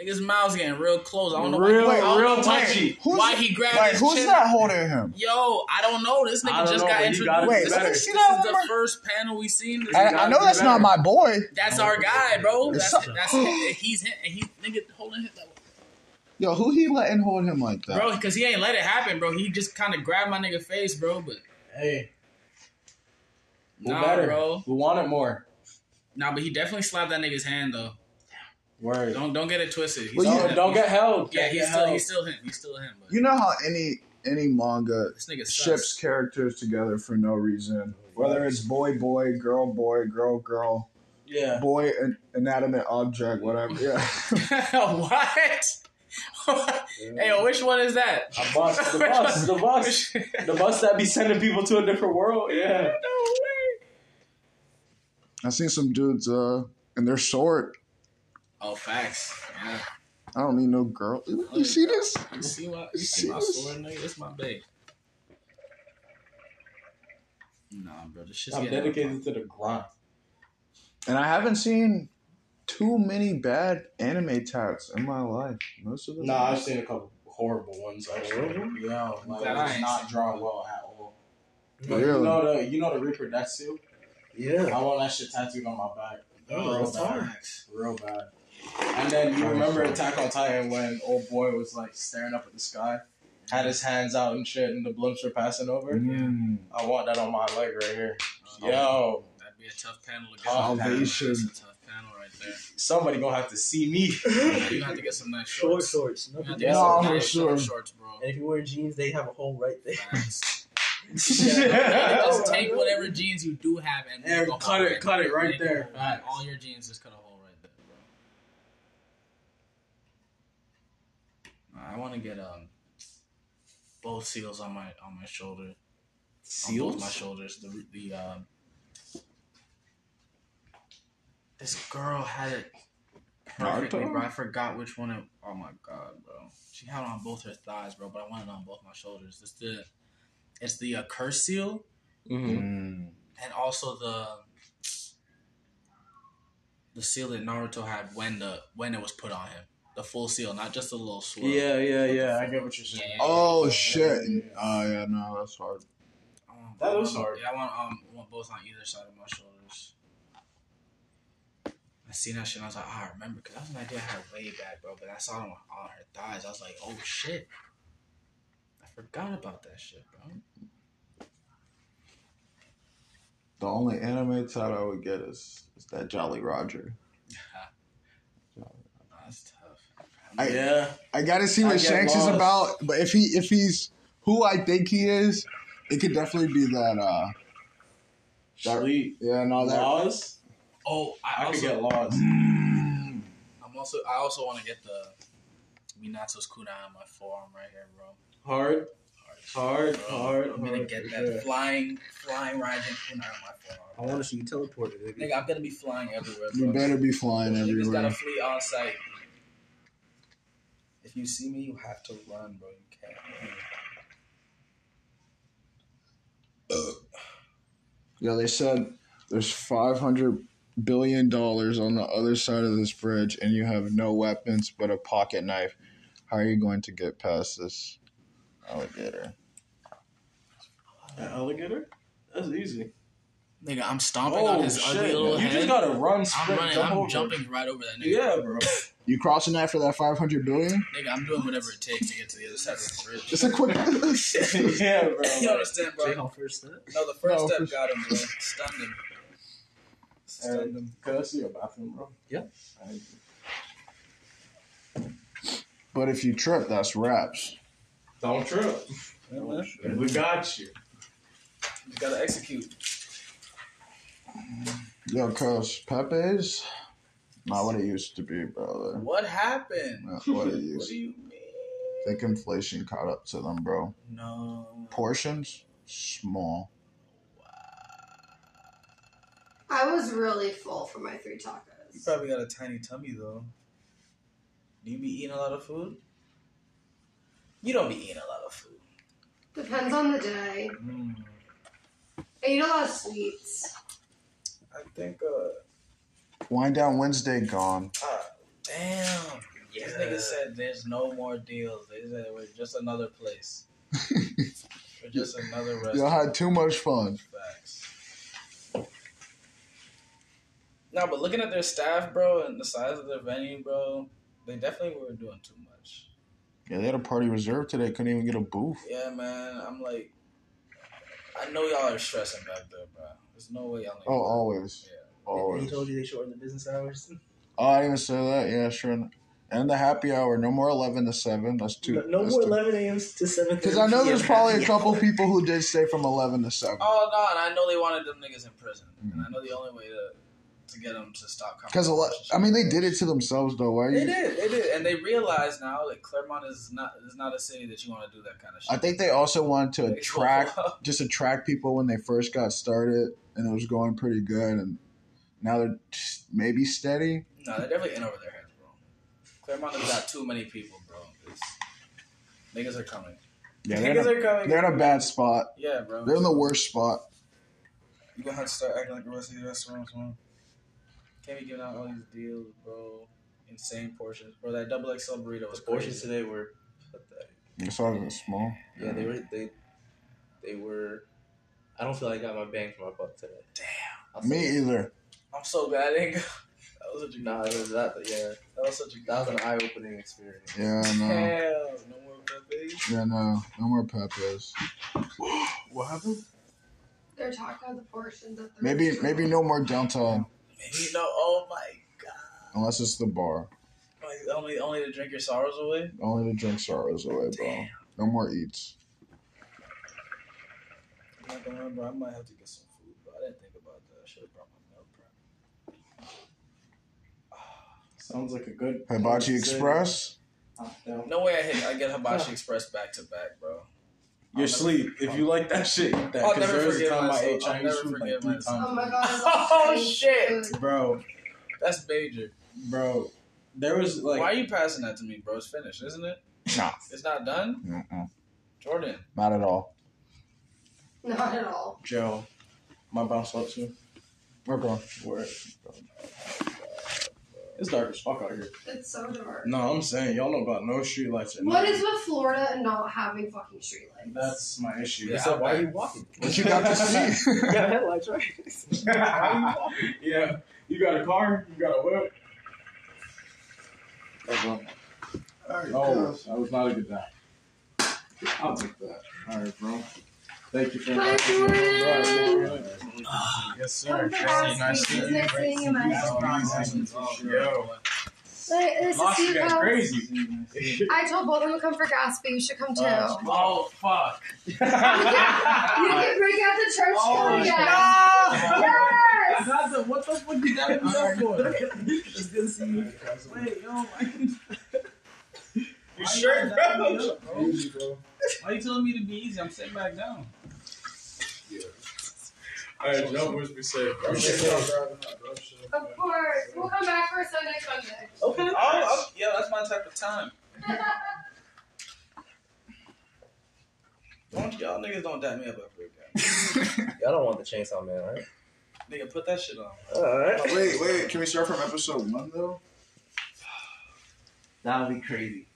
G: niggas' mouths getting real close. I don't know.
B: Real-
G: why, I don't
B: real
G: know why-
B: touchy.
G: Why,
A: Who's-
G: he grabbed
A: like,
G: his
A: who's
G: chin?
A: that holding him?
G: Yo, I don't know. This
B: I
G: nigga
B: don't
G: just
B: know,
G: got
B: but he
G: introduced.
B: got it
A: Wait,
G: this
A: let me
G: is,
A: see
G: this
A: that
G: is
A: one
G: the
A: more-
G: first panel we seen. This
A: I,
G: is-
A: I know that's not my boy.
G: that's our guy, bro.
A: It's
G: That's
A: so-
G: that's him. he's him. and He nigga holding him,
A: Yo, who he letting hold him like that?
G: bro, because he ain't let it happen, bro. He just kind of grabbed my nigga face, bro. But
B: Hey, we
G: nah,
B: better.
G: bro.
B: We want it more.
G: Nah, but he definitely slapped that nigga's hand though.
B: Word.
G: Don't don't get it twisted. He's
A: Well,
G: still
A: you-
B: Don't,
G: him.
B: don't get held.
G: Yeah,
B: Don't
G: he's
B: get
G: still
B: held.
G: he's still him. He's still him. But
A: You know how any any manga
G: this nigga sucks.
A: ships characters together for no reason, whether it's boy boy, girl boy, girl girl,
B: Yeah.
A: boy an inanimate object, whatever. Yeah,
G: what? hey, yo, which one is that?
B: A bus. The bus. The bus.
G: Which-
B: The bus that be sending people to a different world. Yeah.
G: no way.
A: I seen some dudes uh, and they're short.
G: Oh, facts. Yeah.
A: I don't need no girl. You see this?
G: You see my, you see my
A: Jesus.
G: sword, nigga? It's my bag. Nah, bro, this shit's
B: I'm
G: getting out of
B: dedicated to the grind.
A: And I haven't seen too many bad anime tats in my life. Most of them.
B: Nah, I've seen a couple horrible ones. Actually. Yeah, like
G: That I
B: it's
G: ain't
B: not
G: seen.
B: drawn well at all.
A: Really?
B: You know the you know the Reaper Death Seal.
L: Yeah.
B: I want that shit tattooed on my back.
L: Oh,
B: real
L: that's
B: bad. Real bad. And then you remember Attack on Titan when old boy was like staring up at the sky, had his hands out and shit, and the blimps were passing over.
A: Mm.
B: I want that on my leg right here.
G: my-
B: Yo,
G: Oh, That'd be a tough panel
A: Oh,
G: to get.
A: Salvation.
G: That's a tough panel right there.
B: somebody gonna have to see me.
G: You're gonna have to get some nice
L: Short
G: shorts.
L: shorts.
G: You're gonna
L: Nothing
G: have to get
A: Yeah,
G: some
A: for
G: nice short
A: sure.
G: shorts, bro.
L: And if you wear jeans, they have a hole right there.
G: Facts.
B: Yeah.
G: Just take whatever jeans you do have and,
B: And
G: make a
B: cut
G: hole
B: it,
G: in
B: cut it right
G: Make
B: there.
G: a hole in All your jeans just cut a hole right there, bro. Nah, I want to get um both seals on my on my shoulder. On both my shoulders. The the um. This girl had it perfectly,
A: Naruto?
G: bro. I forgot which one. It, oh my god, bro. She had it on both her thighs, bro. But I wanted it on both my shoulders. It's the, it's the uh, curse seal
B: Mm-hmm.
A: Mm.
G: and also the the seal that Naruto had when the when it was put on him, the full seal, not just a little swirl.
B: Yeah, yeah, yeah. I get what you're saying.
G: Yeah, yeah,
A: Oh shit! Oh yeah, no, that's hard.
G: I want-
B: That
G: I
B: was
G: want-
B: hard.
G: Yeah, I want um I want both on either side of my shoulders. I seen that shit and I was like, ah, I remember because that was an idea I had way back, bro. But I saw it on, on her thighs. I was like, oh shit, I forgot about that shit, bro.
A: The only anime tat I would get is, is that Jolly Roger.
G: Nah, That's tough.
A: I-
B: Yeah.
A: I gotta see
B: I
A: what
B: get
A: Shanks
B: lost.
A: is about, but if he if he's who I think he is, it could definitely be that. uh
B: Sleep.
A: Yeah, no, that
B: Laws.
G: Oh, I,
B: I
G: also
B: could get lost.
A: Mm.
G: I'm also I also want to get the Minato's kunai on my forearm right here, bro.
B: Hard, hard,
G: Bro,
B: hard.
G: I'm gonna
B: hard,
G: get
B: for
G: that
B: sure.
G: flying flying rising kunai on my forearm.
L: I want to see you teleported. Nigga.
G: Nigga, I'm gonna be flying everywhere,
A: You
G: bro.
A: better be flying
G: Niggas gotta
A: everywhere.
G: flee on sight. If you see me, you have to run, bro. You can't. run.
A: Yeah, they said there's five hundred billion dollars on the other side of this bridge, and you have no weapons but a pocket knife. How are you going to get past this alligator?
B: That alligator? That's easy.
G: Nigga, I'm stomping on his ugly
B: man.
G: little
B: Oh, You
G: head.
B: just gotta run,
G: I'm
B: sprint,
G: running.
B: jump
G: I'm
B: over.
G: jumping right over that nigga.
B: Yeah, bro.
A: You crossing that for that five hundred billion?
G: Nigga, I'm doing whatever it takes to get to the other side of the bridge.
A: It's a quick.
B: yeah, bro.
G: you understand, bro?
L: Take off first step.
G: No, the first
A: No,
G: step
A: for
G: got him, bro. Stunned him. Stunned him.
B: And can I see your bathroom, bro?
L: Yeah.
B: Alright.
A: but if you trip, that's wraps.
B: Don't trip. We got you.
G: You gotta execute.
A: Yo, cuz Pepe's not what it used to be, brother.
G: What happened?
A: Not what it
G: What
A: used.
G: do you mean?
A: Think inflation caught up to them, bro.
G: No.
A: Portions small.
D: I was really full for my three
G: You
D: tacos.
G: probably got a tiny tummy though. Do you be eating a lot of food? You don't be eating a lot of food.
D: Depends on the day. I eat a lot of sweets.
G: I think. uh
A: Wind down Wednesday gone.
G: Damn.
F: Yeah.
G: This nigga said there's no more deals. They said we're just another place. we're just another
A: Y'all
G: restaurant.
A: had too much fun.
G: Facts. No, but looking at their staff, bro, and the size of their venue, bro, they definitely were doing too much.
A: Yeah, they had a party reserved today. Couldn't even get a booth.
G: Yeah, man. I'm like, I know y'all are stressing back there, bro. There's no way y'all. ain't-
A: Oh, always.
F: They
A: Always.
F: told you they shortened the business hours.
A: Oh, I didn't even say that. Yeah, sure. enough. And the happy hour. No more 11 to 7. That's two.
F: No, no
A: that's
F: more
A: two.
F: 11 a.m. to 7.
A: Because I know there's probably a couple people who did stay from 11 to 7.
G: Oh no, and I know they wanted them niggas in prison, and
A: Mhm.
G: I know the only way to to get them to stop.
A: Because a lot, I mean, they did it to themselves, though. Why are
G: They
A: you?
G: did, they did, and they realize now that Claremont is not is not a city that you want to do that kind of shit.
A: I think they also wanted to
G: They
A: attract,
G: go,
A: just attract people when they first got started, and it was going pretty good, and now they're just maybe steady.
G: No, they're definitely in over their heads, bro. Claremont has got too many people, bro. It's, niggas are coming.
A: Yeah,
G: niggas
A: they're in
G: are
A: a,
G: coming.
A: they're in a bad spot.
G: yeah, bro.
A: They're in the worst spot.
G: You gonna have to start acting like the rest of the restaurants, man. Can't be giving out all these deals, bro. Insane portions, bro. That double XL burrito was
F: The portions
G: portions.
F: today were pathetic.
A: The size is small.
F: Yeah, they were. They, they were. I don't feel like I got my bang for my buck today. Damn. I'll
A: Me
F: say-
A: either.
G: I'm so glad, I ain't go- That was such a
F: Nah, it was that, yeah,
G: that was such a
F: that was an eye-opening experience.
A: Yeah, no.
G: Damn, no more buffet.
A: Yeah, no. No more peppers.
B: What happened?
D: Their taco, the portions of the
A: Maybe, maybe no more downtown
G: Maybe no. Oh my god.
A: unless it's the bar.
G: Like, only only to drink your sorrows away.
A: Only to drink sorrows away, bro. No more eats.
G: I'm not gonna lie, bro. I might have to get some food, but I didn't think about that. I should have brought my meal prep.
B: Sounds like a good.
A: Hibachi Express.
B: Ah, damn.
G: No way I hit. I get Hibashi Express back to back, bro.
B: Your sleep. If you like that shit, eat that.
G: I'll
B: 'cause
G: never
B: there was a
G: forgive
B: time I
G: myself.
B: ate
G: I'll
B: Chinese
G: never
B: food like
G: forgive
B: three times.
G: myself.
D: Oh my god. I love
G: Oh,
D: Chinese
G: shit.
D: food.
B: Bro,
G: That's major.
B: bro. There was like.
G: Why are you passing that to me, bro? It's finished, isn't it?
A: Nah.
G: It's not done,
A: Mm-mm.
G: Jordan.
A: Not at all.
D: Not at all.
B: Joe, my bounce up to.
A: Okay.
B: Word. It's dark as fuck out here.
D: It's so dark.
B: No, I'm saying y'all know about no streetlights. at
D: What
B: night.
D: is with Florida and not having fucking streetlights?
B: That's my issue.
G: Yeah.
F: So why are you walking?
A: What you got to see?
F: You got headlights, right?
B: yeah, you got a car, you got a whip. Oh,
A: Alright,
B: no, Oh, that was not a good time. I'll take that. All right, bro. Thank you for
D: Bye, Jordan.
B: Ah, Yes,
D: Come to
B: Nice
D: Boston.
B: to meet you.
D: Nice seeing you, man.
B: Yo,
D: Like, this
B: Boston
D: is
B: got
D: Seacoast.
B: crazy.
D: I told both of them to come for Gatsby. You should come too.
B: Uh,
E: Oh fuck!
D: you can break out the church
E: Oh,
D: oh, again.
E: no!
D: Yes.
E: Not the
O: What the fuck did that even go for?
B: It's good to see you.
O: Wait, yo, I can. Why
G: Your
O: you
G: shirt,
O: gotta back
G: bro.
O: me up, bro?
P: Easy, bro.
O: Why you telling me to be easy? I'm sitting back down.
G: All right, Joe, where's we safe?
P: I'm sure I'm driving up, bro. I'm sure.
D: Of course. We'll come back for a Sunday Sunday.
F: Okay.
G: Oh, oh, yeah, that's my type of time. Don't y'all niggas don't dap me up after that.
F: Y'all don't want the chainsaw man, right?
G: Nigga, put that shit on.
F: All right.
A: Oh, wait, wait. Can we start from episode one though?
B: That would be crazy.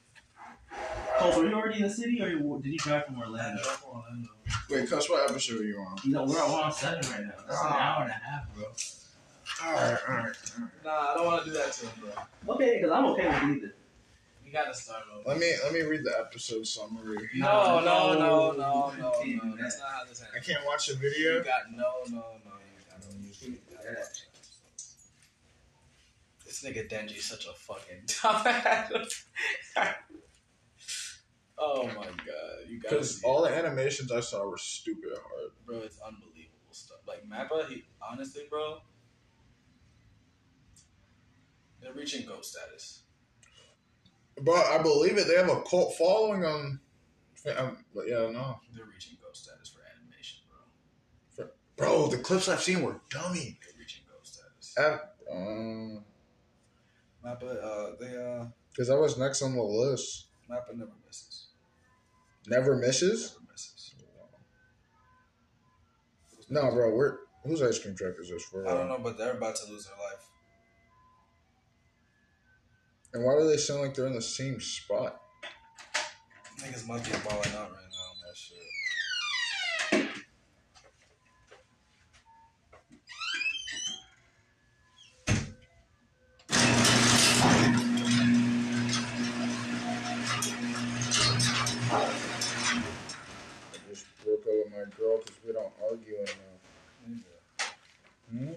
B: Cole, were you already in the city, or you- did you drive from Orlando?
A: Wait, cuss. What episode are you on?
B: No, we're we're on seven right now. That's an hour and a half, bro.
A: All right, all right.
G: Nah, I don't want to do that to him, bro.
B: Okay, because I'm okay with either.
G: We gotta start over.
A: Let me let me read the episode summary.
G: No, no, no, no, no,
B: No,
G: no.
B: you can't do
G: That's not how this
A: I
G: happens.
A: can't watch the
G: You
A: video.
G: got no, no, no. You got no. You got no. This nigga Denji is such a fucking dumbass. oh my god, you gotta
A: Because
G: see.
A: all the animations I saw were stupid hard.
G: bro, it's unbelievable stuff. Like Mappa, he honestly, bro, they're reaching goat status.
A: But I believe it. They have a cult following on. Um, but yeah, no.
G: They're reaching goat status for animation, bro.
A: Bro, the clips I've seen were dummy. um,
G: They're reaching goat status.
A: Because
G: Mappa, uh, they uh,
A: I was next on the list.
G: Mappa never misses.
A: Never misses.
G: Never misses.
A: No, bro. We're whose ice cream truck is this for?
G: I don't know, but they're about to lose their life.
A: And why do they sound like they're in the same spot?
G: Niggas must be balling out right now on that shit.
A: I just broke up with my girl because we don't argue enough. Hmm?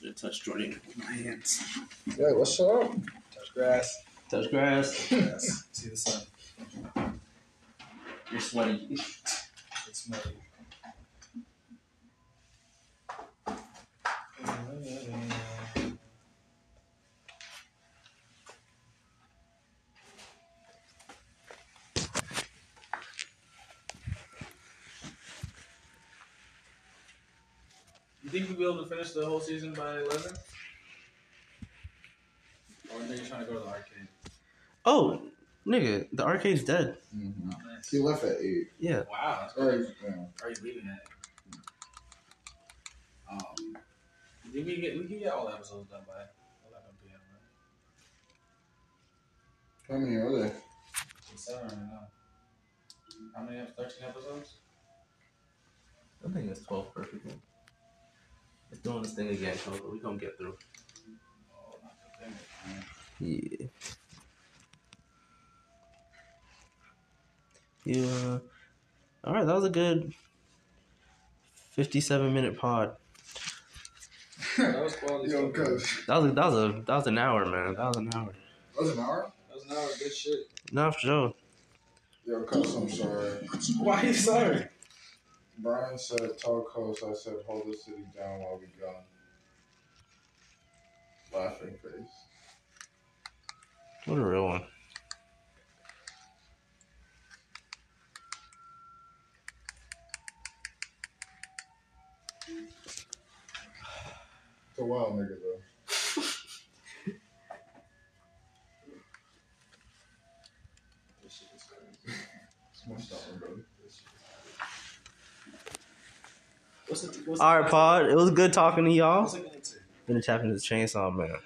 B: Should touch Jordan with my hands.
A: Yeah, what's up?
G: Touch grass.
B: Touch grass.
G: grass. See the sun.
B: You're sweaty.
G: It's smelly. You think we'll be able to finish the whole season by 11? Or are you trying to go to the arcade?
F: Oh, nigga, the arcade's dead.
A: Mm-hmm.
G: Oh, nice.
A: He left at eight.
F: Yeah.
G: Wow.
A: Or, yeah.
G: Are you leaving it? Um, did we get we can get all episodes done by 11 p.m. Right?
A: How many are there?
G: It's seven right now. How many? ep- 13 episodes?
F: I think it's twelve perfectly. It's doing this thing again, so we gonna get through.
G: Oh, not the thing. man.
F: Yeah. Yeah. All right, that was a good fifty-seven minute pod.
G: That was quality.
A: Yo,
G: stuff. That
A: cuz.
F: That was a, that was a that was an hour, man. That was an hour.
A: That was an hour?
G: was an hour of good shit.
F: Not for sure.
A: Yo, cuz, I'm sorry.
G: Why are you sorry?
A: Brian said, tell cuz, I said, hold the city down while we gone. Laughing face.
F: What a real one.
A: It's a wild nigga, though.
G: This shit is crazy.
A: It's my style, bro.
G: What's the, what's
F: All right, pod. It was good talking to
G: What's
F: y'all.
G: it gonna take?
F: Been tapping into the chainsaw, man.